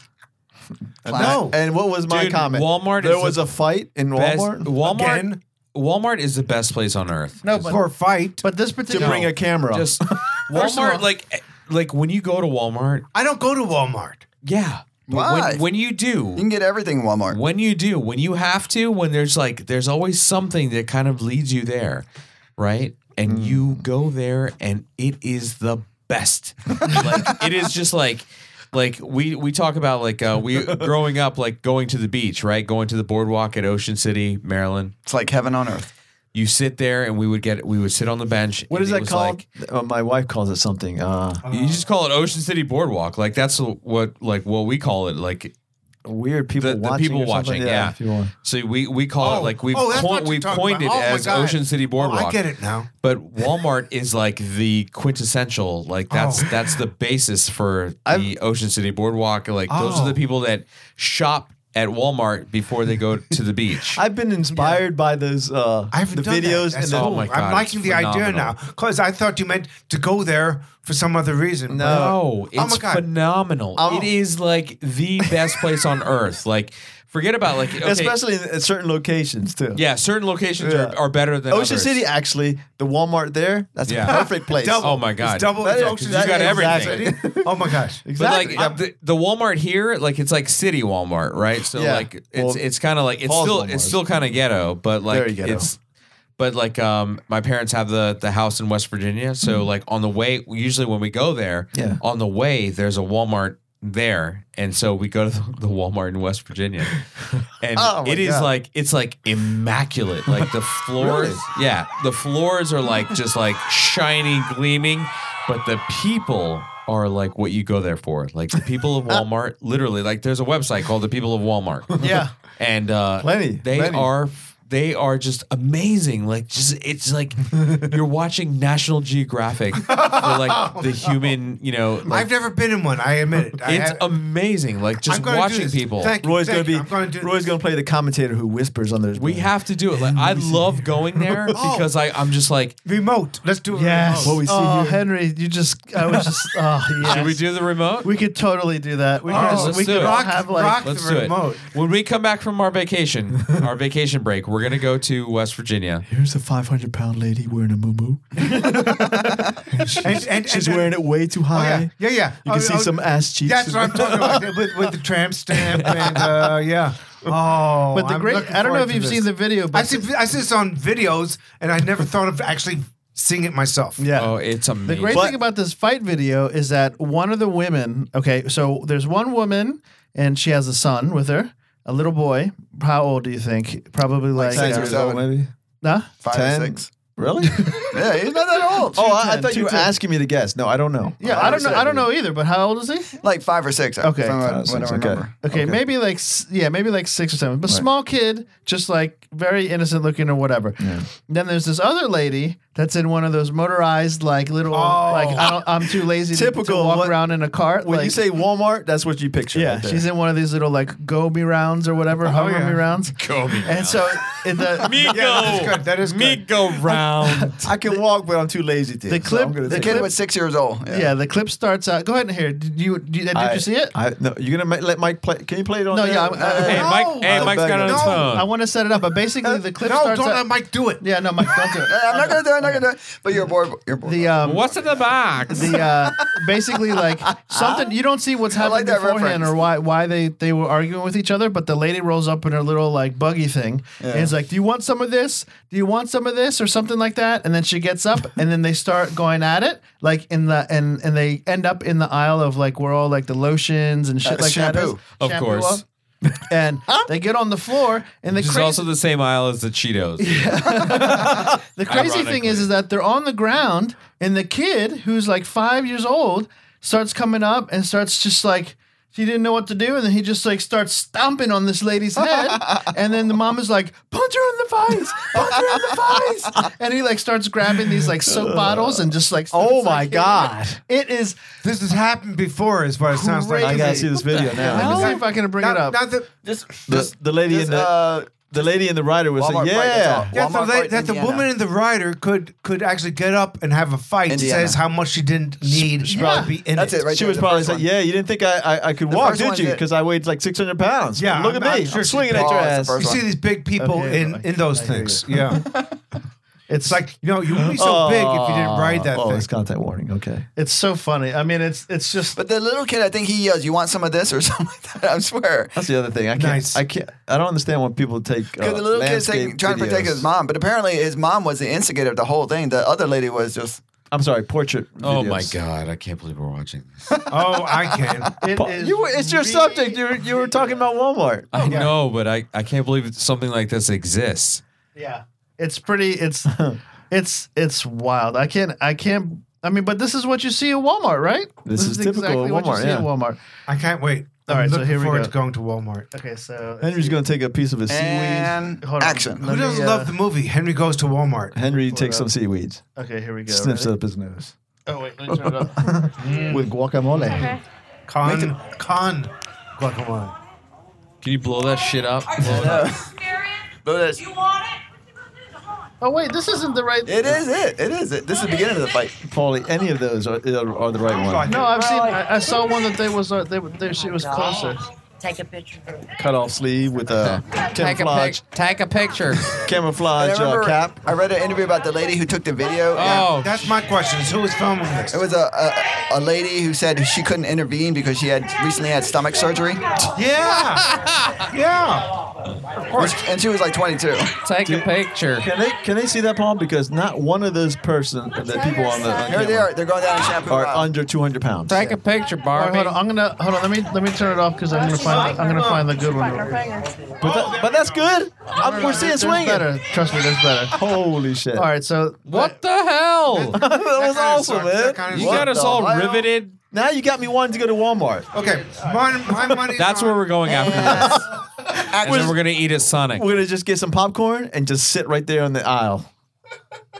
No. And what was my Dude, comment? Walmart There is was the a fight in Best- Walmart. Walmart. Again? Walmart is the best place on earth. No, For a fight, but this To particular bring a camera. Just Walmart, like eh, like when you go to Walmart. I don't go to Walmart. Yeah. But Why? When, when you You do. can get everything in Walmart. When you do, when you have to, when there's like, there's always something that kind of leads you there, right? Hmm. And you go there, and it is the best. like, it is just like, like we we talk about like uh, we growing up, like going to the beach, right? Going to the boardwalk at Ocean City, Maryland. It's like heaven on earth. You sit there, and we would get we would sit on the bench. what and is it that was called? Like, Uh, my wife calls it something. Uh, you just call it Ocean City Boardwalk. Like that's what like what we call it. Like weird people the, the watching. people or something. watching. Yeah. if you want. So we we call it like we've oh, that's coin, what you're we've talking coined about. it Oh, my as God. Ocean City Oh, Boardwalk. I get it now. But Walmart is like the quintessential. Like that's Oh. that's the basis for the Ocean City Boardwalk. Like those Oh. are the people that shop at Walmart before they go to the beach. I've been inspired by those uh, I haven't the done that. videos That's and the Oh my God, I'm liking it's the idea now phenomenal. because I thought you meant to go there for some other reason. No, Oh my it's God. Oh. phenomenal. it is like the best place on earth. Like, forget about like, okay, especially in at certain locations too. yeah, certain locations Yeah. are, are better than Ocean others. City actually, the Walmart there, that's Yeah. a perfect place. Oh my god, It's double. That it's is- Ocean that City. is everything. Exactly. Oh my gosh. But Exactly. like the, the Walmart here, like it's like city Walmart, right? So Yeah. like it's Well, it's kind of like it's Paul's still Walmart. it's still kind of ghetto, but like Very ghetto. it's but like um my parents have the the house in West Virginia, so like on the way usually when we go there, Yeah. on the way there's a Walmart there, and so we go to the, the Walmart in West Virginia, and Oh, my it is God. like it's like immaculate. Like the floors, Really? yeah, the floors are like just like shiny, gleaming, but the people are like what you go there for. Like the people of Walmart, literally. Like there's a website called the People of Walmart. Yeah. and uh, Plenty, They plenty. are. They are just amazing. Like, just it's like you're watching National Geographic for like the human, you know. like- Oh, I've never been in one. I admit it. I it's have- amazing, like I'm just gonna do watching this. people. Thank you, Roy's thank gonna be you. I'm gonna do Roy's gonna play the commentator who whispers under his we have to do it. Like I love going there Oh. because I, I'm just like remote. Let's do it. Yes. What we see oh, here. Henry, you just. I was just. Oh, yes. Should we do the remote? We could totally do that. We could, we could all have like. Let's do it. When we come back from our vacation, our vacation break, we're gonna go to West Virginia. Here's a 500 pound lady wearing a muumuu. she's and- she's and- oh, wearing it way Oh, too high. Yeah, yeah. oh, You can see some ass cheeks. That's what I'm talking about with, with the tramp stamp and uh, yeah. Oh, But the I'm great- looking I don't know forward if to you've this. seen the video, but I see I see this on videos, and I never thought of actually seeing it myself. Yeah. Oh, it's amazing. The great thing about this fight video is that one of the women, okay, so there's one woman and she has a son with her, a little boy. How old do you think? Probably like, uh, Ten years old, maybe. Nah? Five or six. Really? Yeah, he's not that old. oh, I, I thought you were asking me to guess. No, I don't know. Yeah, I don't know. I don't know either. But how old is he? Like five or six. Okay. If I'm, Five or six, what I okay. remember. Okay, maybe like s- yeah, maybe like six or seven, but small kid, just like very innocent looking or whatever. Then there's this other lady that's in one of those motorized like little like I don't, I'm too lazy to- to Oh. Typical, walk what- around in a cart. When you like- say Walmart, that's what you picture. Yeah, right there. she's in one of these little like go me rounds or Oh, whatever, hover me rounds. Go me And so in the Me go, that is me go round. I can walk, but I'm too lazy to. the so I'm clip, gonna the say- clip, six years old. yeah. the clip starts out. Go ahead and hear. it. Did you did, did I- you see it? I, no, you're gonna ma- let Mike play. Can you play it on? No, there? yeah. I'm, I- Hey, Mike- hey, Mike's got it on his phone. I want to set it up, but basically the clip no, starts. don't out- let Mike do it. Yeah, no, Mike, don't do it. I'm not gonna do it. I'm not gonna do it. But you're bored. You're bored. The um, What's in the box? the uh, basically like something you don't see what's I like happening that beforehand reference. or why why they they were arguing with each other. But the lady rolls up in her little like buggy thing and is like, "Do you want some of this? Do you want some of this?" or something like that. And then she gets up and then they start going at it like in the and and they end up in the aisle of like where all like the lotions and shit Uh, like that. is. shampoo. Of Shampoo course. up. And they get on the floor and the Which is crazy also the same aisle as the Cheetos. the crazy thing is, is that they're on the ground, and the kid who's like five years old starts coming up and starts just like he didn't know what to do, and then he just like starts stomping on this lady's head, and then the mom is like, "Punch her in the face! Punch her in the face!" And he like starts grabbing these like soap bottles and just like, "Oh my god, it is This has happened before, as far as it sounds like. Crazy. I gotta see this video now. Let me see if I can bring Not- it up." not that- The, the lady in the the lady in the rider was uh, Walmart saying, fight, "Yeah, that's all. Yeah, so Walmart they, fight, that the Indiana. woman in the rider could could actually get up and have a fight. Indiana. Says how much she didn't need to be in That's it. Right she there, was the probably first saying, one. yeah, you didn't think I I, I could The walk, first did one you? did. Because I weighed like 600 pounds. Yeah, I'm- look at me, I'm I'm, sure she swinging did. at your Oh, it's the ass." first You see these big people Okay, in, I- in those I hear things. you. Yeah. it's like You know, you would be so Oh. big if you didn't ride that Oh, thing. it's content warning. Okay, it's so funny. I mean, it's it's just But the little kid, I think he yells, "You want some of this or something like that?" I swear. that's the other thing. I can't. Nice. I can't. I don't understand why people take uh, Because the little kid's landscape taking, trying to protect videos. his mom, but apparently his mom was the instigator of the whole thing. The other lady was just I'm sorry, portrait. oh videos. my god, I can't believe we're watching this. Oh, I can. it Pa- is you were, it's your really- subject. You were, you were talking about Walmart. I know, but I, I can't believe something like this exists. Yeah. It's pretty it's it's it's wild. I can't I can't I mean, but this is what you see at Walmart, right? This is typical of what you Walmart, see at yeah. Walmart. I can't wait. All I'm right, so looking here we forward go. to going to Walmart. Okay, so Henry's going to take a piece of his seaweed. and Hold on. action. Let Who doesn't me, uh, love the movie Henry Goes to Walmart? Henry takes some seaweeds, Okay, here we go. sniffs Ready? it up his nose Oh wait, let me turn it up. Mm. with guacamole. Con, con, guacamole. Can you blow that shit up? Blow it up. But it's- Oh wait, this isn't the right it is it. It is it. This is the beginning of the fight. Paulie, any of those are, are, are the right one. No, I've seen I, I saw one that they was uh, they, were- they she was closer. Take a picture. Cut off sleeve with a camouflage, Take a picture. And I camouflage uh, remember cap. I read an interview about the lady who took the video. and Oh, That's my question. Is who is filming this? It was a, a a lady who said she couldn't intervene because she had recently had stomach surgery. Yeah, yeah. Of course. And she was like 22. Take a picture. Can they can they see that, Paul? Because not one of those person, the people on the on Here they camera are. They're going down to shampoo. are Bob. under 200 pounds. Take a picture, All right, Barbie. hold on. I'm gonna hold on. Let me let me turn it off because I'm gonna find I'm gonna find the good one. But, that, but that's good. I'm- we're seeing There's swinging. better. Trust me, there's better. Holy shit! All right, so What the hell? that was awesome, sucks. man. That kinda You What got us all riveted. Now you got me wanting to go to Walmart. Okay, my, my money. That's where we're going after this. And then we're gonna eat at Sonic. We're gonna just get some popcorn and just sit right there on the aisle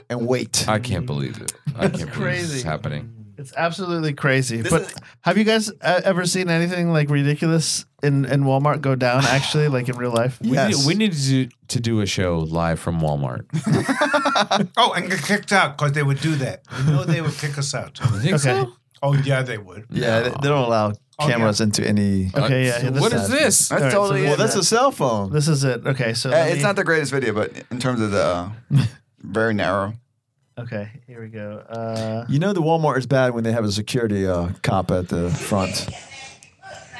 and wait. I can't believe it. I can't believe this crazy. is happening. It's absolutely crazy. but have you guys uh, ever seen anything like ridiculous in, in Walmart go down actually, like in real life? Yes. We need, we need to, do, to do a show live from Walmart. Oh, and get kicked out because they would do that. You know they would kick us out. You think Okay. so? Oh yeah, they would. yeah, they, they don't allow Oh, yeah. cameras into any. Okay, yeah. So this what is is- this? That's All right, so totally this- Well, it. that's a cell phone. This is it. Okay, so Uh, let it's me- not the greatest video, but in terms of the uh, very narrow. Okay, here we go. Uh, You know the Walmart is bad when they have a security uh, cop at the front.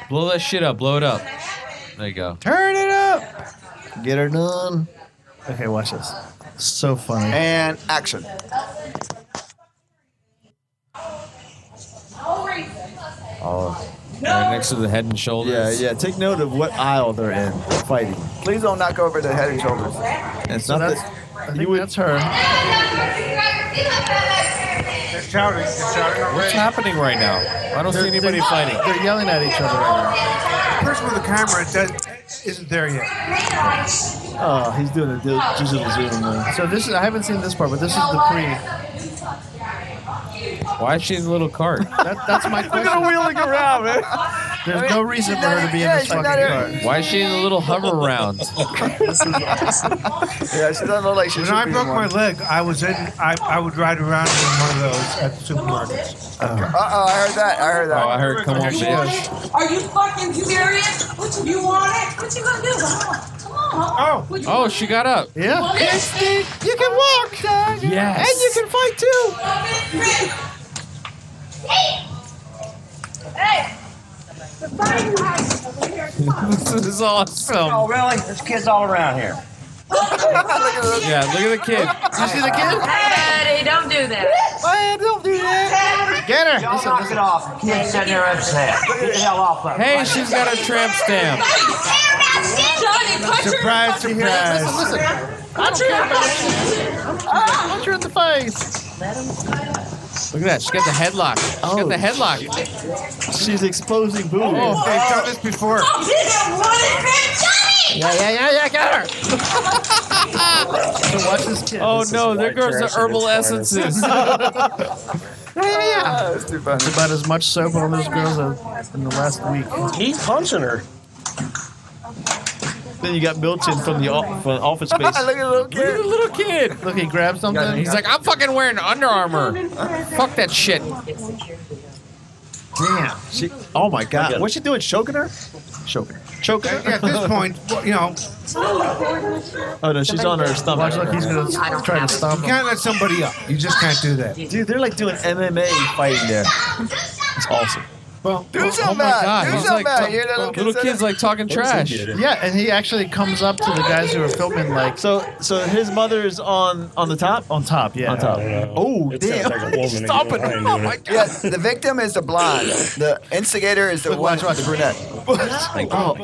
Blow that shit up. Blow it up. There you go. Turn it up Get her done. okay, watch this. So funny. and action. Right next to the head and Oh. Yeah, shoulders. yeah. Take note of what aisle they're in fighting. Please don't knock over the head and shoulders. And It's So not that's that. I think that's her. They're shouting. They're shouting. What's happening right now? I don't see anybody fighting. They're yelling at each other right The person with the camera does, isn't there yet. Oh, he's doing a di- digital zoom. now. Man. So this is I haven't seen this part, but this is the pre. Why is she in the little cart? That, that's my question. wheeling around, man. There's no reason for her to be in this fucking car. Why is she in the little hover round? Yeah, she doesn't look like she When should I be broke in my one. leg, I was in. I, I would ride around in one of those at the supermarkets. Uh oh, I heard that. I heard that. Oh, I heard. Come on, You want bitch. it? Are you fucking serious? What you, you want it? What you gonna do? Come on, come on. Oh. What you Oh, she got up. Yeah. want it? You can walk, Yes. And you can fight too. Hey, the fighting house over here. Come on. This is awesome. Oh, really? There's kids all around here. Yeah, look at the kid. You see the kid? Hey, don't do that. Get her. Y'all Listen, knock it off. Kids sitting there upset. Get the hell off of Hey, she's got a tramp stamp. Johnny, punch her. Surprise! Surprise! listen. Punch her. Punch her in the face. Look at that. She got the headlock. She got the headlock. She's exposing boobs. Oh, they've done this before. Johnny! Yeah, yeah, yeah, yeah. Get her. so watch this kid. Oh no, there goes the herbal essences. yeah. There's about as much soap on those girls as in the last week. He's punching her. Then you got Milton from the o- from Office Space. Look at the little kid. The little kid. Look, he grabbed something. He's like, I'm fucking wearing Under Armour. Fuck that shit. Damn. She, oh my God. What's she doing? Choking her? Choking her. Choking her? At this point, well, you know, Oh no, she's on her watch, stomach. look, he's gonna try to stomp you him. can't let somebody up. You just can't do that. Dude, they're like doing MMA fighting there. It's awesome. Well, Do Oh something my about it. god. Do He's something like, about it. You're the little kid's like talking trash. Yeah, and he actually comes up to the guys who are filming, like So, so his mother is on on the top. on top. Yeah. On top. Oh damn! Stop it! Oh my God! Yes, the victim is the blonde. The instigator is the one, watch, watch. the brunette. Oh!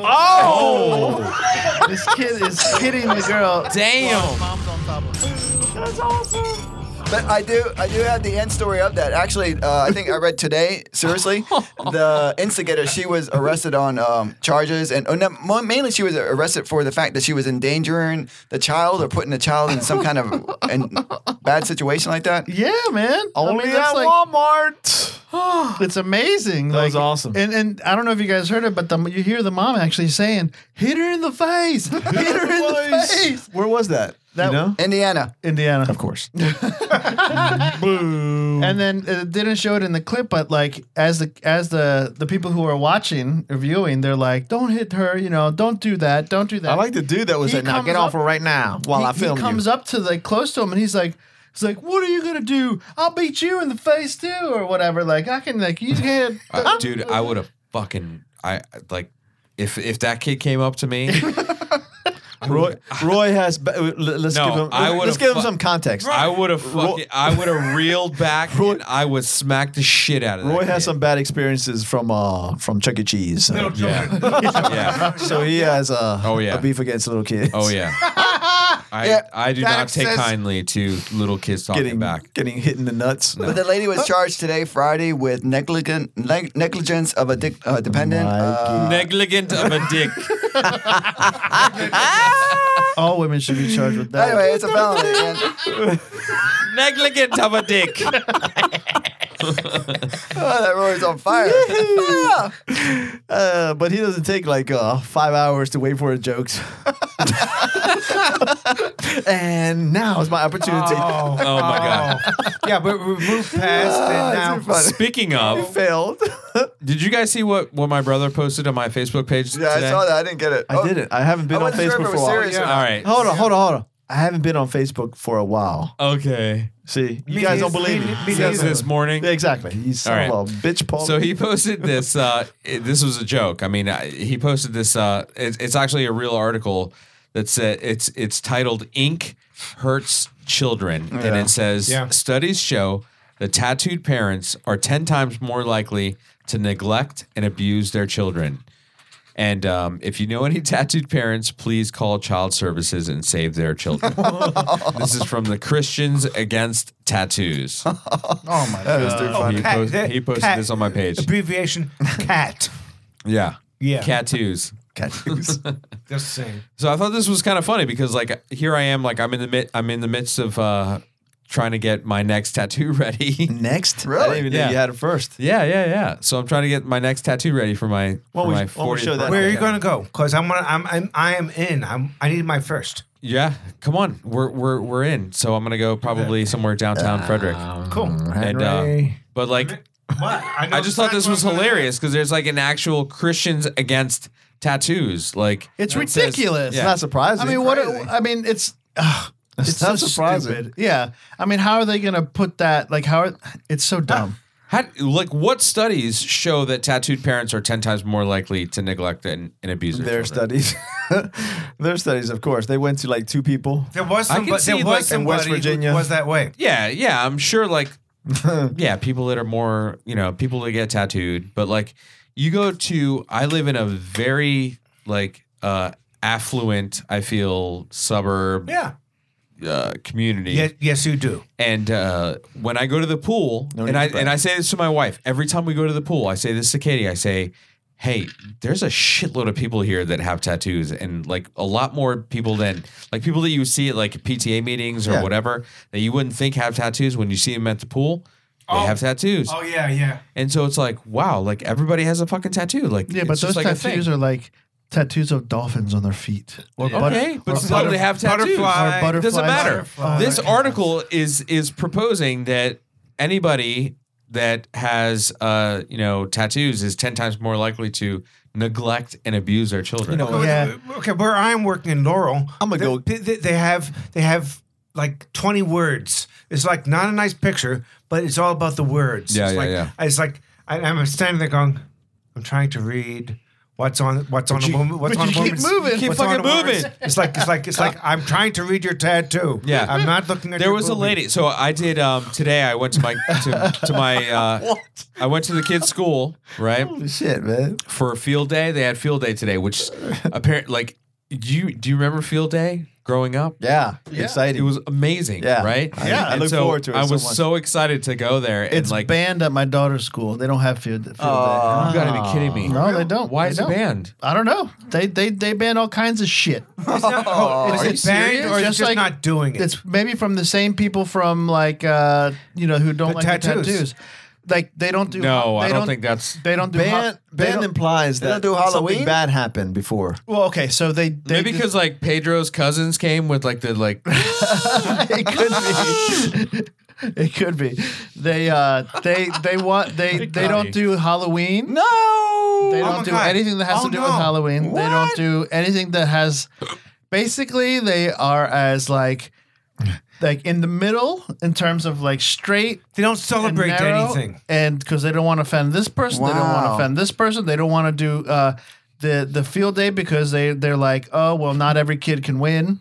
oh. This kid is hitting the girl. Damn. Mom's on top of him. But I do, I do have the end story of that. Actually, uh, I think I read today. Seriously, the instigator she was arrested on um, charges, and oh, no, mo- mainly she was arrested for the fact that she was endangering the child or putting the child in some kind of in bad situation like that. Yeah, man. I Only mean, that's at like, Walmart. It's amazing. That was awesome. And and I don't know if you guys heard it, but the, you hear the mom actually saying, "Hit her in the face! Hit her in the face!" Where was that? That- you know? Indiana. Indiana, Of course. and then it didn't show it in the clip, but like as the as the the people who are watching or viewing, they're like, "Don't hit her! You know, don't do that! Don't do that!" I like the dude that was He like, "Now comes get off up- her right now while he, I film he comes you." up to like close to him and he's like he's like what are you gonna do i'll beat you in the face too or whatever like i can like you can't Uh, dude, I would have fucking I like if if that kid came up to me Roy, Roy has. ba- uh, l- Let's No, give him. I would've let's give him fu- some context. I would have Roy- fucking, I would have reeled back and I would smack the shit out of that. Roy has some bad experiences from uh from Chuck E. Cheese. So, Yeah. yeah. so he has a Oh, yeah. a beef against little kids. Oh yeah. I Yeah, I do that not take says- kindly to little kids talking Getting back. getting hit in the nuts. But the lady was charged today, Friday, with negligent neg- negligence of a dic- uh, dependent. Uh, Negligent of a dick. All women should be charged with that. anyway, it's a felony. and- Negligent of a dick. oh, that Roy's on fire. Uh, but he doesn't take like uh, five hours to wait for his jokes. and now is my opportunity. Oh my god. oh. Ah, yeah, but we moved past Ah, and now. Oh. Speaking of, failed. did you guys see what, what my brother posted on my Facebook page? Yeah, I today? saw that. I didn't get it. I didn't. I haven't been I on wasn't sure if Facebook for it a was while. serious or not. All right. Hold on, hold on, hold on. I haven't been on Facebook for a while. Okay. See, you Me neither. guys don't believe me. Me- me Says neither. this morning. Yeah, exactly. You son All right. of a bitch, Paul. So he posted this. Uh, it- this was a joke. I mean, I, he posted this. Uh, it's, it's actually a real article that said it's it's titled "Ink Hurts Children," and it says Yeah. studies show that tattooed parents are ten times more likely to neglect and abuse their children. And um, if you know any tattooed parents, please call child services and save their children. this is from the Christians Against Tattoos. Oh my That is god. too Oh, funny. He cat- post- that- he posted cat- this on my page. Abbreviation CAT. Yeah. Yeah. Tattoos. tattoos. Just saying. So I thought this was kind of funny because like here I am like I'm in the mid I'm in the midst of uh trying to get my next tattoo ready. Next, Really? I didn't even Yeah. know you had it first. yeah, yeah, yeah. So I'm trying to get my next tattoo ready for my for Why don't we- my why don't we 40th show that? Where are you birthday. going to go? Because I'm gonna, I'm, I'm, I am in. I'm, I need my first. Yeah, come on. We're we're we're in. So I'm going to go probably somewhere downtown Frederick. Cool. And uh, Henry. but like What? know I just thought this was hilarious because there's like an actual Christians against tattoos like It's it says- ridiculous. yeah. It's not surprising. I mean, what? Crazy. I mean, it's. Uh, it's, not so surprising. Stupid. Yeah, I mean, how are they gonna put that? Like, how? Are, it's so dumb. How, like, what studies show that tattooed parents are 10 times more likely to neglect and, and abuse their, their children? studies? their studies, of course. They went to like two people. There was I can somebody, there see, was like, in West somebody who Virginia. was that way. Yeah, yeah. I'm sure, like, yeah, people that are more, you know, people that get tattooed. But, like, you go to, I live in a very, like, uh, affluent, I feel, suburb Yeah. uh, community. Yes, yes, you do. And uh, when I go to the pool, No and need I to brag. and I say this to my wife every time we go to the pool, I say this to Katie. I say, "Hey, there's a shitload of people here that have tattoos, and like a lot more people than like people that you see at like PTA meetings or Yeah. whatever that you wouldn't think have tattoos. When you see them at the pool, they Oh. have tattoos, Oh yeah, yeah. and so it's like, wow, like everybody has a fucking tattoo. Like, Yeah, but it's just those like a tattoos thing. are like tattoos of dolphins on their feet. Or butter- Okay, or but still butter- they have tattoos. butterfly- Or It doesn't butterflies. matter. Butterfly. This article is is proposing that anybody that has uh you know tattoos is ten times more likely to neglect and abuse their children. You know, Yeah. Okay, where I'm working in Laurel, I'm gonna they, go- They, they have they have like 20 words. It's like not a nice picture, but it's all about the words. Yeah, it's yeah, like, yeah. It's like I, I'm standing there going, I'm trying to read. What's on? What's on a woman? What's but on you a keep woman's- moving. what's Keep on fucking a woman's- moving. It's like it's like it's like I'm trying to read your tattoo. Yeah. I'm not looking at. there your was a boobie. lady. So I did um today. I went to my to, to my uh, I went to the kids' school right Holy shit, man. for field day. They had field day today, which apparently like do you do you remember field day growing up? Yeah, It exciting. was amazing, Yeah. right? I- Yeah. I And look so forward to it I so was much. so excited to go there. And It's like, banned at my daughter's school. They don't have field. field Oh, you day. gotta be kidding me. No, they don't. Why They is don't. it banned? I don't know. They they they ban all kinds of shit. Oh, Are is you it banned serious? or is it Just just like- not doing it? It's maybe from the same people from like uh you know who don't The like the tattoos. tattoos. Like they don't do. No, they I don't think that's. they don't do. Ban, hot- they ban don't- implies don't that do Halloween? something bad happened before. well, okay, so they, they Maybe did- because like Pedro's cousins came with like the like. it could be. It could be. They uh they they want they they don't do Halloween. No. They Oh don't my do God. anything that has Oh to do no. with Halloween. They don't do anything that has basically they are as like like in the middle in terms of like straight they don't and celebrate narrow, anything. and because they don't want to offend this person, they don't want to Wow. offend this person, they don't want to do uh the the field day because they they're like, oh well, not every kid can win.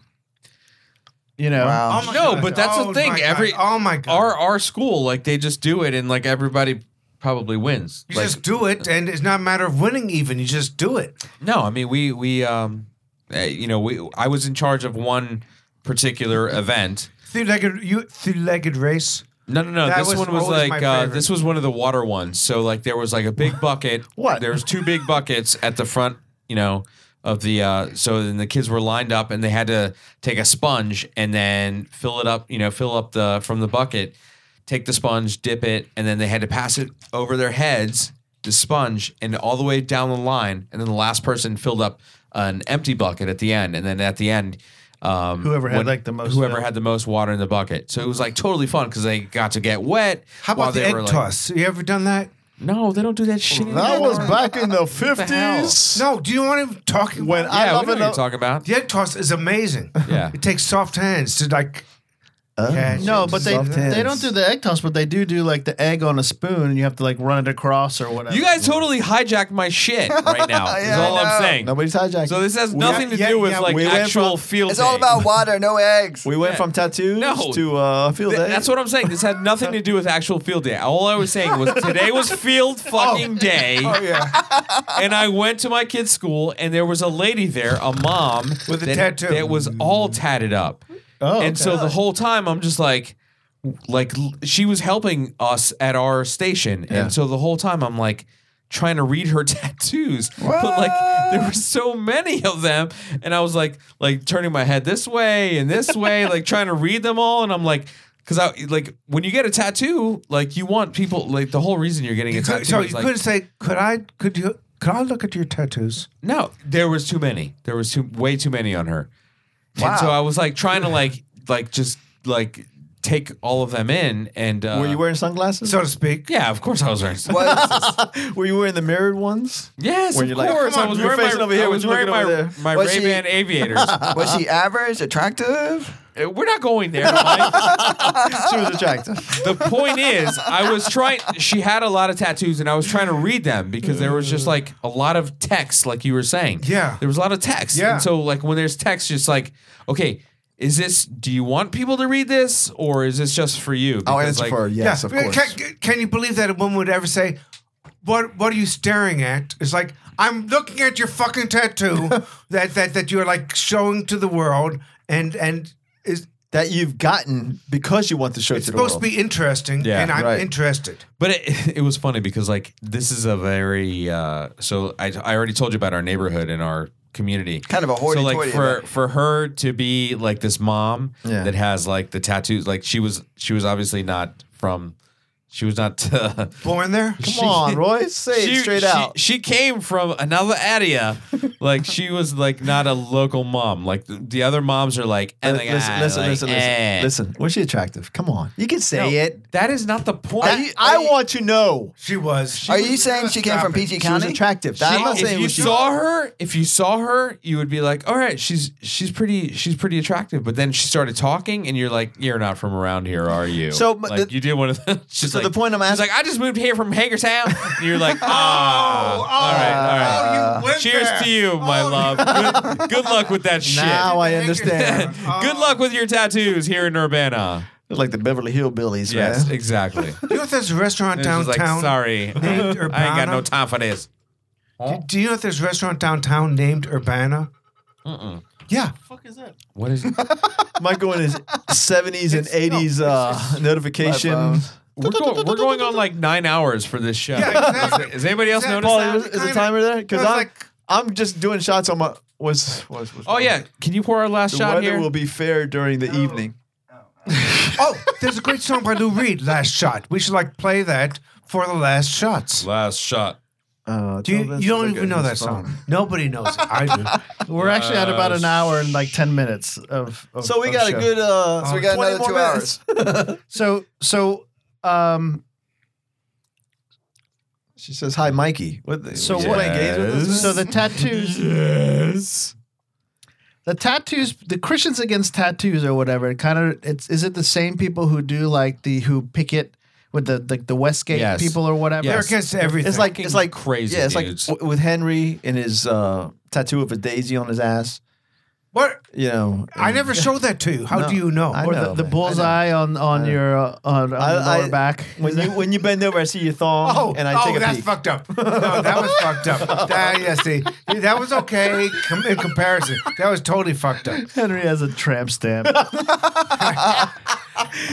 You know, Oh Oh no, but that's the thing. Every oh my god, our our school like they just do it and like everybody probably wins. You Like, just do it, and it's not a matter of winning. Even you just do it. no, I mean we we um, eh, you know we I was in charge of one particular event. Three-legged, you three-legged race. No, no, no. That this was one was always like my uh, favorite. this was one of the water ones. So like there was like a big bucket. what? There was two big buckets at the front. You know of the uh, so then the kids were lined up and they had to take a sponge and then fill it up. You know, fill up the from the bucket. Take the sponge, dip it, and then they had to pass it over their heads, the sponge, and all the way down the line. And then the last person filled up an empty bucket at the end. And then at the end, um, Whoever had, like, the most whoever filled. had the most water in the bucket. So it was like totally fun because they got to get wet. How about the egg toss? You ever done that? No, they don't do that shit. That was back in the fifties. No, do you want to talk? When I Yeah, we love know it, what you're uh, talking about. the egg toss is amazing. Yeah. it takes soft hands to like. catch Oh, no, it. but they they don't do the egg toss, but they do do like the egg on a spoon, and you have to like run it across or whatever. You guys totally hijacked my shit right now. is Yeah, all I I'm know. saying. Nobody's hijacking. So this has nothing to do with like we went actual from- field. It's all day. about water, no eggs. We went Yeah. from tattoos No. to uh, field Th- day. That's what I'm saying. This had nothing to do with actual field day. All I was saying was today was field fucking day. Oh yeah. And I went to my kid's school, and there was a lady there, a mom with a that, tattoo. that was all tatted up. Oh, and so okay. the whole time I'm just like, like l- she was helping us at our station, Yeah. and so the whole time I'm like trying to read her tattoos, but like there were so many of them, and I was like, like turning my head this way and this way, like trying to read them all, and I'm like. Cause I like when you get a tattoo, like you want people like the whole reason you're getting a tattoo. So is you like, couldn't say, could I? Could you? Could I look at your tattoos? no, there was too many. There was too way too many on her. Wow. And so I was like trying to like like just like take all of them in and uh, Were you wearing sunglasses? So to speak. Yeah, of course I was wearing sunglasses. Was, were you wearing the mirrored ones? Yes, When of you're like, course. "Come I on, was you're wearing my facing over here, I was we're wearing looking over my, there." my Was she- Ray-Ban aviators. Was she uh-huh. average, attractive? Uh, We're not going there. Mike. she was attractive. The point is, I was trying. She had a lot of tattoos, and I was trying to read them because there was just like a lot of text, like you were saying. Yeah. there was a lot of text. Yeah. and so like when there's text, just like, okay, is this? Do you want people to read this, or is this just for you? I'll Because, answer like- for yes, of Can- course. Can, can you believe that a woman would ever say, "What What are you staring at?" It's like I'm looking at your fucking tattoo that that that you're like showing to the world, and and is that you've gotten because you want to show it's it to the supposed to world. be interesting, Yeah, and I'm right. interested. But it, it was funny because like this is a very uh, so I, I already told you about our neighborhood and our community. Kind of a So like hoity-toity for event. for her to be like this mom Yeah. that has like the tattoos, like she was she was obviously not from she was not uh, Born there? Come on, Roy, say it straight out. She came from another area, like she was like not a local mom. Like the, the other moms are like, oh my Listen, listen, God, listen, like, listen, eh. listen. Was she attractive? Come on, you can say No, it. That is not the point. I, I want to know. She was. Are you saying she came from PG County? She was attractive. She- I'm not if saying you she- saw her, if you saw her, you would be like, "All right, she's she's pretty she's pretty attractive." But then she started talking, and you're like, "You're not from around here, are you?" So, but like, the- you did one of the. She's so like, the point I'm she's like, "I just moved here from Hagerstown," and you're like, "Oh, all right, all right." oh, oh, went Cheers there. to you, my love. Good, good luck with that shit. Now I understand. good luck with your tattoos here in Urbana. Look like the Beverly Hillbillies, Yes, man. exactly. You know if there's a restaurant And she's like, downtown. sorry, I ain't named got no Urbana? time for this. Do, do you know if there's a restaurant downtown named Urbana? Mm-mm. Yeah. What is? My going is 70s and 80s uh, notification. We're, go- we're going on like nine hours for this show. Yeah, exactly. Has anybody else Exactly. noticed Paul, that? is, is the Kinda- timer there? Because kinda I'm, like- I'm just doing shots on my. What's, what's, what's Oh yeah, can you pour our last The shot weather here? will be fair during the evening. Oh, there's a great song by Lou Reed, "Last Shot." We should like play that for the last shots. last shot. Uh, Do you, tell you don't Vince to even look know at that his song. phone. Nobody knows it. I do. We're actually at about Uh, an hour and like ten minutes of. of So we of got show. a good. Uh, So we got 20 another more two minutes. hours. So so um She says, "Hi, Mikey." What the, So you what- playing games with us? so the tattoos Yes. the tattoos the Christians against tattoos or whatever it kind of it's is it the same people who do like the who picket with the the, the Westgate Yes. people or whatever. Yes. It's like it's like crazy, Yeah, it's dudes. like w- with Henry and his uh, tattoo of a daisy on his ass. What? You know, I never showed that to you. How No, do you know? I or know, the, the Oh, man. bullseye on on your uh, on, on I- your lower I- back. when you when you bend over, I see your thong, Oh, and I oh, take a that's peek. fucked up. No, that was fucked up. That, yeah, see, that was okay com- in comparison. That was totally fucked up. Henry has a tramp stamp.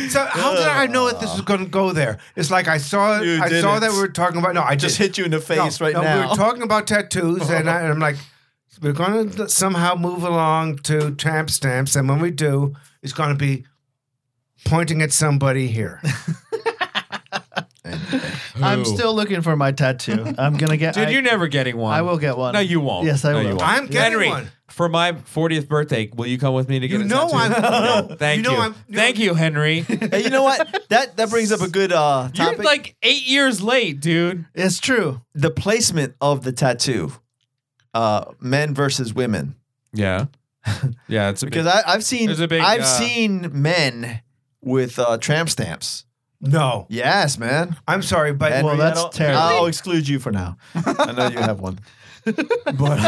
So how did I know that this was going to go there? It's like I saw, You I saw didn't. that we were talking about. No, I Just did. hit you in the No, face right no, now. We were talking about tattoos, and, I, and I'm like, we're going to somehow move along to tramp stamps, and when we do, it's going to be pointing at somebody here. I'm still looking for my tattoo. I'm gonna get. Dude, I, you're never getting one. I will get one. No, you won't. Yes, I No, will. you won't. I'm getting Henry, one. For my 40th birthday, will you come with me to get You a know tattoo? I'm- No, Thank you. you know I'm- you Thank you, Henry. Hey, you know what? That that brings up a good uh, You're topic. like eight years late, dude. it's true. the placement of the tattoo, uh, men versus women. Yeah. Yeah, it's a Because I, I've seen There's a big, I've uh, seen men with uh, tramp stamps. No, Yes, man. I'm sorry, but Henry, Well, I that's don't- terrible. Oh. I'll exclude you for now. I know you have one, but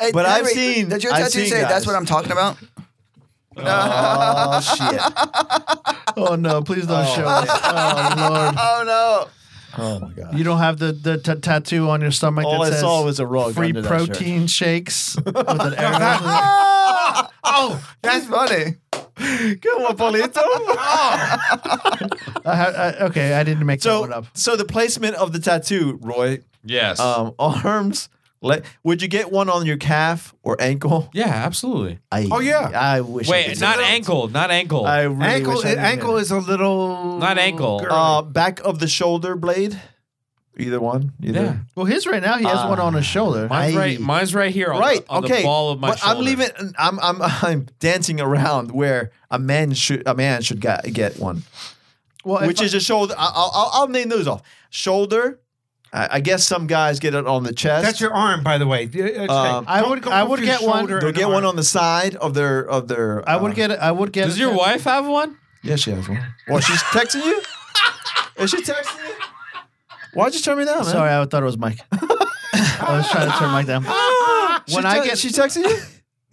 Hey, But I've Henry, seen- Did your I've tattoo seen say guys. that's what I'm talking about? oh shit. Oh no! Please don't show me. Oh lord! Oh Oh my god. You don't have the the t- tattoo on your stomach. All that I says saw was a rug. free under that shirt. protein shakes with an no! arrow. Oh, oh, that's funny. Come on, Polito. I ha- I- okay, I didn't make that one So, up. so the placement of the tattoo, Roy. Yes. Um, arms. Le- would you get one on your calf or ankle? yeah, absolutely. I, Oh, yeah. I wish. I Wait, could- not ankle, not ankle. I really ankle, Wish I didn't ankle get is a little Not ankle. it. girly. uh, back of the shoulder blade. Either one. Either. Yeah. Well, his right now he has one on his Uh, shoulder. mine's I- right. Mine's right here on, Right. the, on okay. the ball of my but shoulder. I'm leaving. I'm I'm I'm dancing around where a man should a man should get get one. well, if which I- is a shoulder. I- I'll, I'll, I'll name those off. Shoulder. I, I guess some guys get it on the chest. That's your arm, by the way. Um, I would- I would get one- They'll get one on the side of their of their. I uh, would get. I would get. Does your wife have one? Yeah, she has one. Well, she's texting you. Is she texting you? Why'd you turn me down, man? Sorry, I thought it was Mike. I was trying to turn Mike down. She when I te- get- she texting you.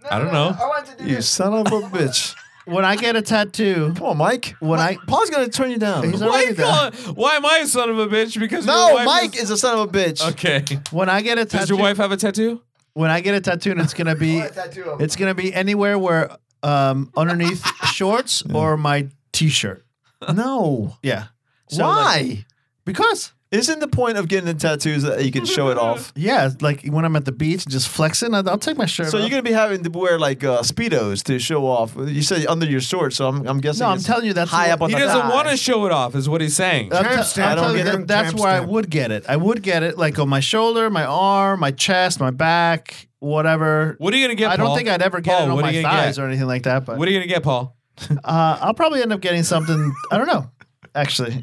I don't know. you son of a bitch! When I get a tattoo, Come on, Mike. When Mike- I- Paul's gonna turn you down. He's Why, already you done. calling- why am I a son of a bitch? Because your no, wife Mike is- is a son of a bitch. okay. When I get a tattoo, Does your wife have a tattoo? when I get a tattoo, and it's gonna be, it's gonna be anywhere where um underneath shorts or my t-shirt. No, Yeah. why? like- because Isn't the point of getting the tattoos that you can show it off? yeah, like when I'm at the beach, just flexing, I'll, I'll take my shirt. So off. you're gonna be having to wear like uh, speedos to show off. You said under your shorts, so I'm, I'm guessing. No, I'm it's telling you that's high what- up on He the doesn't thigh. want to show it off, is what he's saying. I'm, Tramp tell- stamp, I'm don't telling you, get that, him that's tramp where I stamp. would get it. I would get it like on my shoulder, my arm, my chest, my back, whatever. What are you gonna get? I don't Paul? think I'd ever get Paul, it on what are my you gonna thighs get? or anything like that. But What are you gonna get, Paul? uh, I'll probably end up getting something. I don't know. Actually,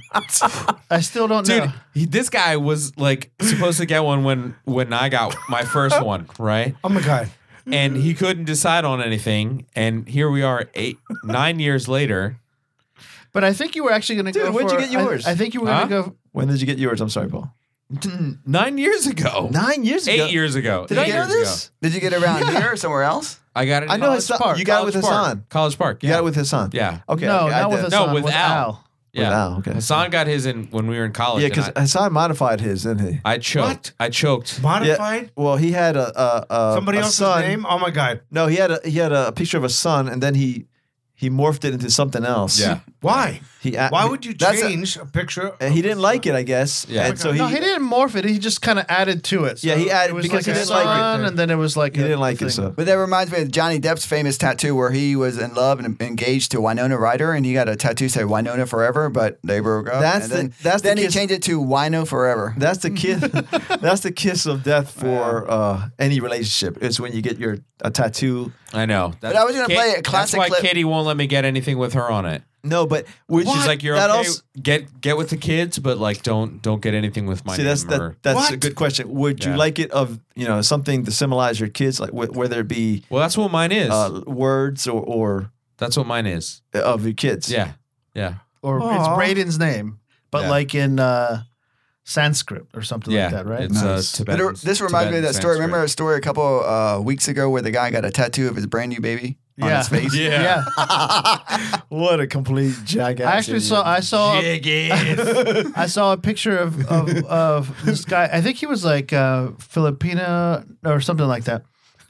I still don't Dude, know. he, this guy was like supposed to get one when when I got my first one, right? Oh my god. And he couldn't decide on anything, and here we are, eight nine years later. But I think you were actually going to Dude, go. when'd you for- get I- yours? I, think you were Huh? going to go. When did you get yours? I'm sorry, Paul. Nine years ago. Nine years Eight ago. years ago. Did Eight I know years ago. this? Did you get around here or somewhere else? I got it. I in know College Hassan. Park. You got it with College Park. Hassan. College Park. You yeah. got it with Hassan. Yeah. Okay. no, okay, I not with did. Hassan. No, with with Al. Al. Yeah. Wow, okay. Hassan got his in when we were in college. Yeah, and because I, Hassan modified his, didn't he? I choked. What? I choked. Modified? Yeah. Well, he had a, a, a Somebody a else's son. name? Oh my god. No, he had a he had a picture of a son, and then he he morphed it into something else. Yeah. Why? He a- Why would you that's a- change a, picture? and he didn't like it, I guess. Yeah. And so he, no, he didn't morph it. He just kind of added to it. Yeah, he added- it was because like a he didn't like it. sun, and then it was like He a didn't like it. thing. So But that reminds me of Johnny Depp's famous tattoo where he was in love and engaged to Winona Ryder, and he got a tattoo say Winona forever, but they broke up. That's and the- then, that's the then he kiss- changed it to Wino forever. That's the kiss. that's the kiss of death for uh, any relationship. It's when you get your a tattoo. I know. That- But I was gonna Kate- play a classic That's why clip. Katie won't let me get anything with her on it. No, but which She's like, "You're that okay. also- get get with the kids, but like, don't don't get anything with my see, name." that's that, or- that's a What? good question. Would Yeah. you like it of you know something to symbolize your kids, like wh- whether it be well, that's what mine is. uh, words or or that's what mine is. of your kids? Yeah, yeah. or Aw. it's Braden's name, but Yeah. like in uh, Sanskrit or something Yeah, like that, right? it's, uh, Nice. Tibetan- But it- this reminds me of that Tibetan story. Remember a story a couple uh, weeks ago where the guy got a tattoo of his brand new baby on Yeah. his face? Yeah. what a complete jackass! I actually saw. I saw. E, A, I saw a picture of, of of this guy. I think he was like uh, Filipino or something like that.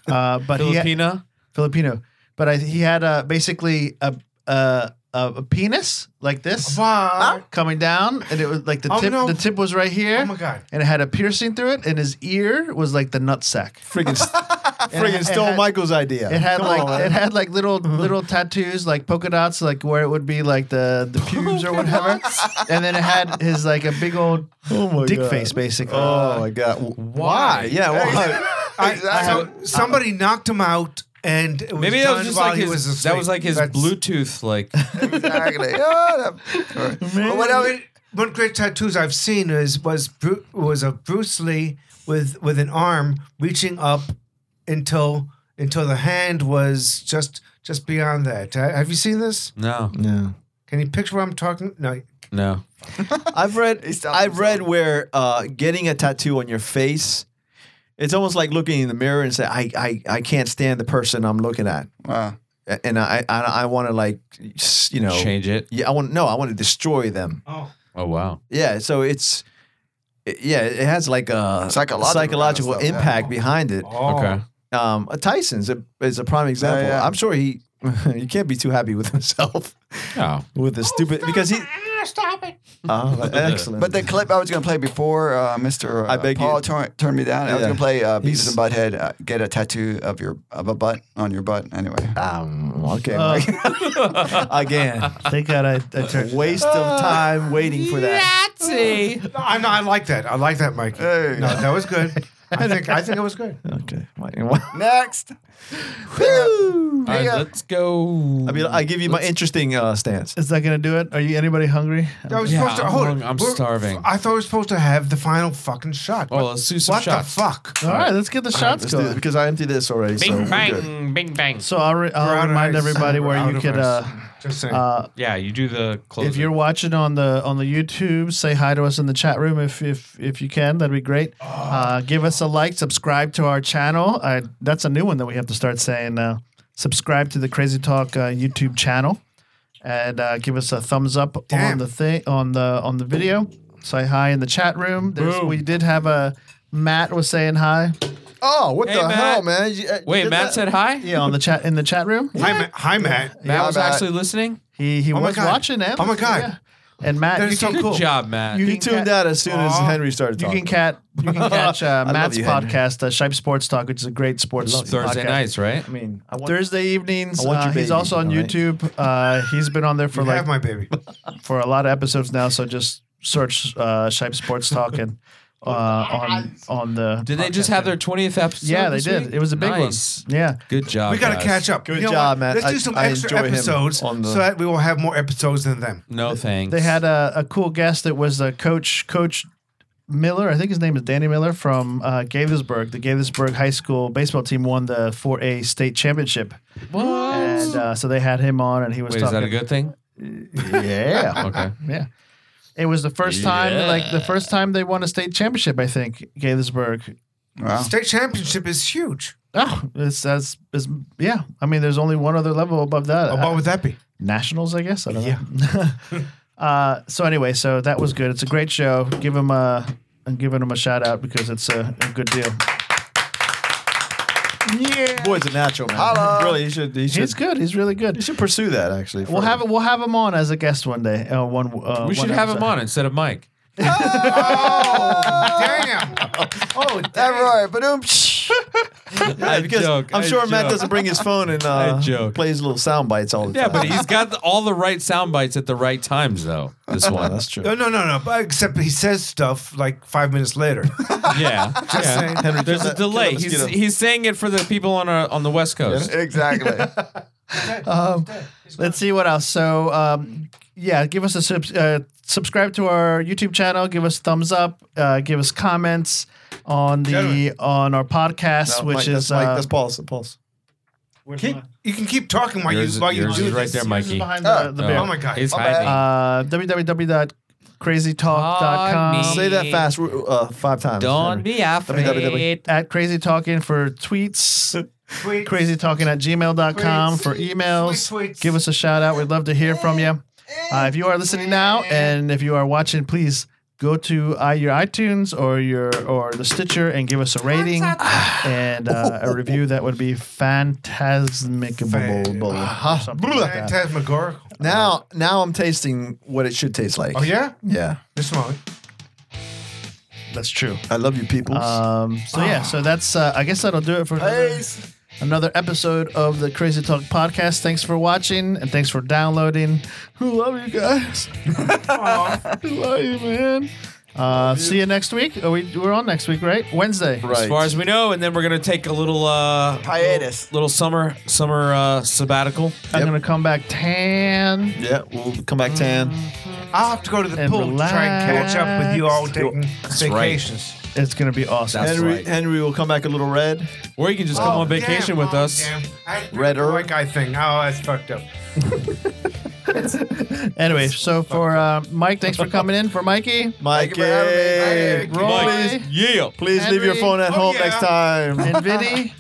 Uh, but he had- Filipina? Filipino. But I, he had uh, basically a, a a a penis like this uh, Ah, coming down, and it was like the Oh, tip. no. The tip was right here. Oh my God. And it had a piercing through it, and his ear was like the nut sack. Friggin' friggin' stole Michael. Michael's idea. It had Come like on, man. it had like little little tattoos, like polka dots, like where it would be like the the pubes or whatever. and then it had his like a big old dick God. face, basically. Oh my god! W- Why? Yeah, why? I, so, somebody knocked him out, and it was Maybe that done was just while like he his. was asleep. that was like his Bluetooth. Like exactly. Yeah, But what I one, one great tattoos I've seen is was Bru- was a Bruce Lee with with an arm reaching up until until the hand was just just beyond that. Uh, have you seen this? no, no, Can you picture what I'm talking? No. no. I've read. stopped I've read where uh, getting a tattoo on your face, it's almost like looking in the mirror and say, "I, I, I can't stand the person I'm looking at," Wow. A- and I, I, I want to like, s- you know, Change it. Yeah, I want no, I want to destroy them. Oh. Oh wow. Yeah, so it's, it- yeah, it has like a Psychological kind of psychological stuff, yeah. impact behind it. Okay. Um, Tyson's a, is a prime example. yeah. I'm sure he, you can't be too happy with himself Oh. with the stupid because he. Stop it. Oh, excellent. But the clip I was going to play before uh, Mr. Uh, I beg Paul you. turn, turned me down, I was Yeah. going to play uh, Beavis He's- and Butthead uh, get a tattoo of your of a butt on your butt. Anyway, Um, okay. Uh, Again, Thank God I, I turned. waste of time waiting for that. No, I, no, I like that. I like that, Mike. Hey. No, that was good. I think I think it was good. Okay. I next. All right, let's go. mean, I give you my interesting uh, stance. Is that gonna do it? Are you anybody hungry? I was Yeah, supposed to I'm hold. hung- I'm We're- starving. I thought we were supposed to have the final fucking shot. Oh, let's do some what shots. the fuck? All right, let's get the shots Let's do this going. because I emptied this already. so Bing we're good. bang, bing bang. So I'll, re- We're out I'll of remind ice. everybody We're where out you of could. ice. Uh, Just saying. uh, Yeah, you do the closing. if you're watching on the on the YouTube, say hi to us in the chat room if if if you can. That'd be great. Oh. Uh, give us a like, subscribe to our channel. I, that's a new one that we have to start saying now. Subscribe to the Crazy Talk uh, YouTube channel and uh, give us a thumbs up on Damn. the thing on the on the video. Say hi in the chat room. There's, we did have a Matt was saying hi. Oh, what Hey, the Matt. hell, man? You- uh, you Wait, did Matt that? said hi. Yeah, on the chat in the chat room. hi, Matt. hi, Matt. Matt Yeah, was Matt. actually listening. He he Oh my was God. watching it. Oh my God. And Matt, That you is so can- cool. Good job, Matt. You He tuned out as soon as Aw. Henry started You talking. can cat you can catch I uh, love Matt's you, Henry. podcast, uh, Shipe Sports Talk, which is a great sports It's Thursday podcast. nights, right? I mean, I want, Thursday evenings. I want uh, your he's baby, also on all right? YouTube. Uh, he's been on there for You like have my baby. for a lot of episodes now. So just search uh, Shipe Sports Talk and uh, on on the. Did they just have their 20th episode? Yeah, they this did. week? It was a big nice. one. Yeah. Good job. We got to guys. catch up. Good know job, what? Matt. Let's I- do some I extra enjoy him episodes on the- so that we will have more episodes than them. No thanks. They had a, a cool guest that was uh, Coach Coach Miller. I think his name is Danny Miller from uh, Gaithersburg. The Gaithersburg High School baseball team won the 4A state championship, What? and uh, so they had him on, and he was Wait, is talking. that a good thing? Yeah. Okay. yeah. It was the first time, like the first time they won a state championship, I think, Gaithersburg. Wow. State championship is huge. Oh, it's that's it's, yeah. I mean, there's only one other level above that. Oh, what would that be? Nationals, I guess. I don't know. uh, so anyway, so that was good. It's a great show. Give them a I'm giving them a shout out because it's a, a good deal. boy's a natural man. Holla. Really, you should. You should. He's good. He's really You good. should pursue that actually. We'll further. have we'll have him on as a guest one day. Uh, one. Uh, We should one have him episode. on instead of Mike. Damn. Oh, That damn. right, but um, psh. Yeah, because joke, I'm I sure Matt joke. doesn't bring his phone and uh, joke. plays little sound bites all the Yeah, time. but he's got the- all the right sound bites at the right times, though. This Oh, one. that's true. No, no, no, no. But except he says stuff like five minutes later. yeah. yeah. Henry, There's kill a that- kill delay. that He's, mosquito. he's saying it for the people on our, on the West Coast. exactly. Um, Let's see what else. So, um, yeah, give us a sub- uh, subscribe to our YouTube channel. Give us thumbs up. Uh, give us comments on the Gentlemen. on our podcast, No, which Mike, is that's Mike, uh, that's Paul's. Paul's. Keep- you can keep talking while Yours is- you while you yours do is right this. there, Yours is Mikey. behind oh, Ah, the- the bear. my god, He's My hiding. bad. Uh, www.crazytalk.com. Pardon me. Say that fast, uh, five times. Don't be afraid. At Crazy Talking for tweets. Crazy Talking at gmail.com for emails. Give us a shout out. We'd love to hear from you. Uh, if you are listening now and if you are watching, please go to uh, your iTunes or your or the Stitcher and give us a rating and uh, a review. That would be fantasmic. Fantasmagorical. Now, now I'm tasting what it should taste like. Oh yeah, Yeah, this one. That's true. I love you, people. Um, so yeah, so that's uh, I guess that'll do it for another, another episode of the Crazy Talk podcast. Thanks for watching and thanks for downloading. We love you guys. We love you, man. Uh, see you next week. Are we we're on next week, right? Wednesday. As far as we know, and then we're gonna take a little uh hiatus, little, summer summer uh, sabbatical. I'm gonna come back tan. Yeah, we'll come back tan. I'll have to go to the And pool to try and catch up with you all relax. taking vacations. It's gonna be awesome. That's Henry, right. Henry will come back a little red. Or you can Oh, damn, oh, damn. I Red the white guy thing. Oh, that's fucked up. Anyway, so for uh, Mike, thanks for coming in. For Mikey, Mike, Roy, yeah. Please leave your Henry. phone at Oh, home yeah. next time. and Vinny.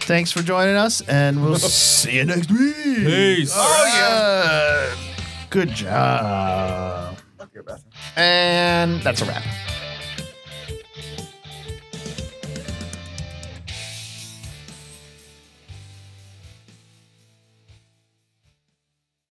Thanks for joining us, and we'll see you next week. Peace. Oh yeah. Good job. And that's a wrap.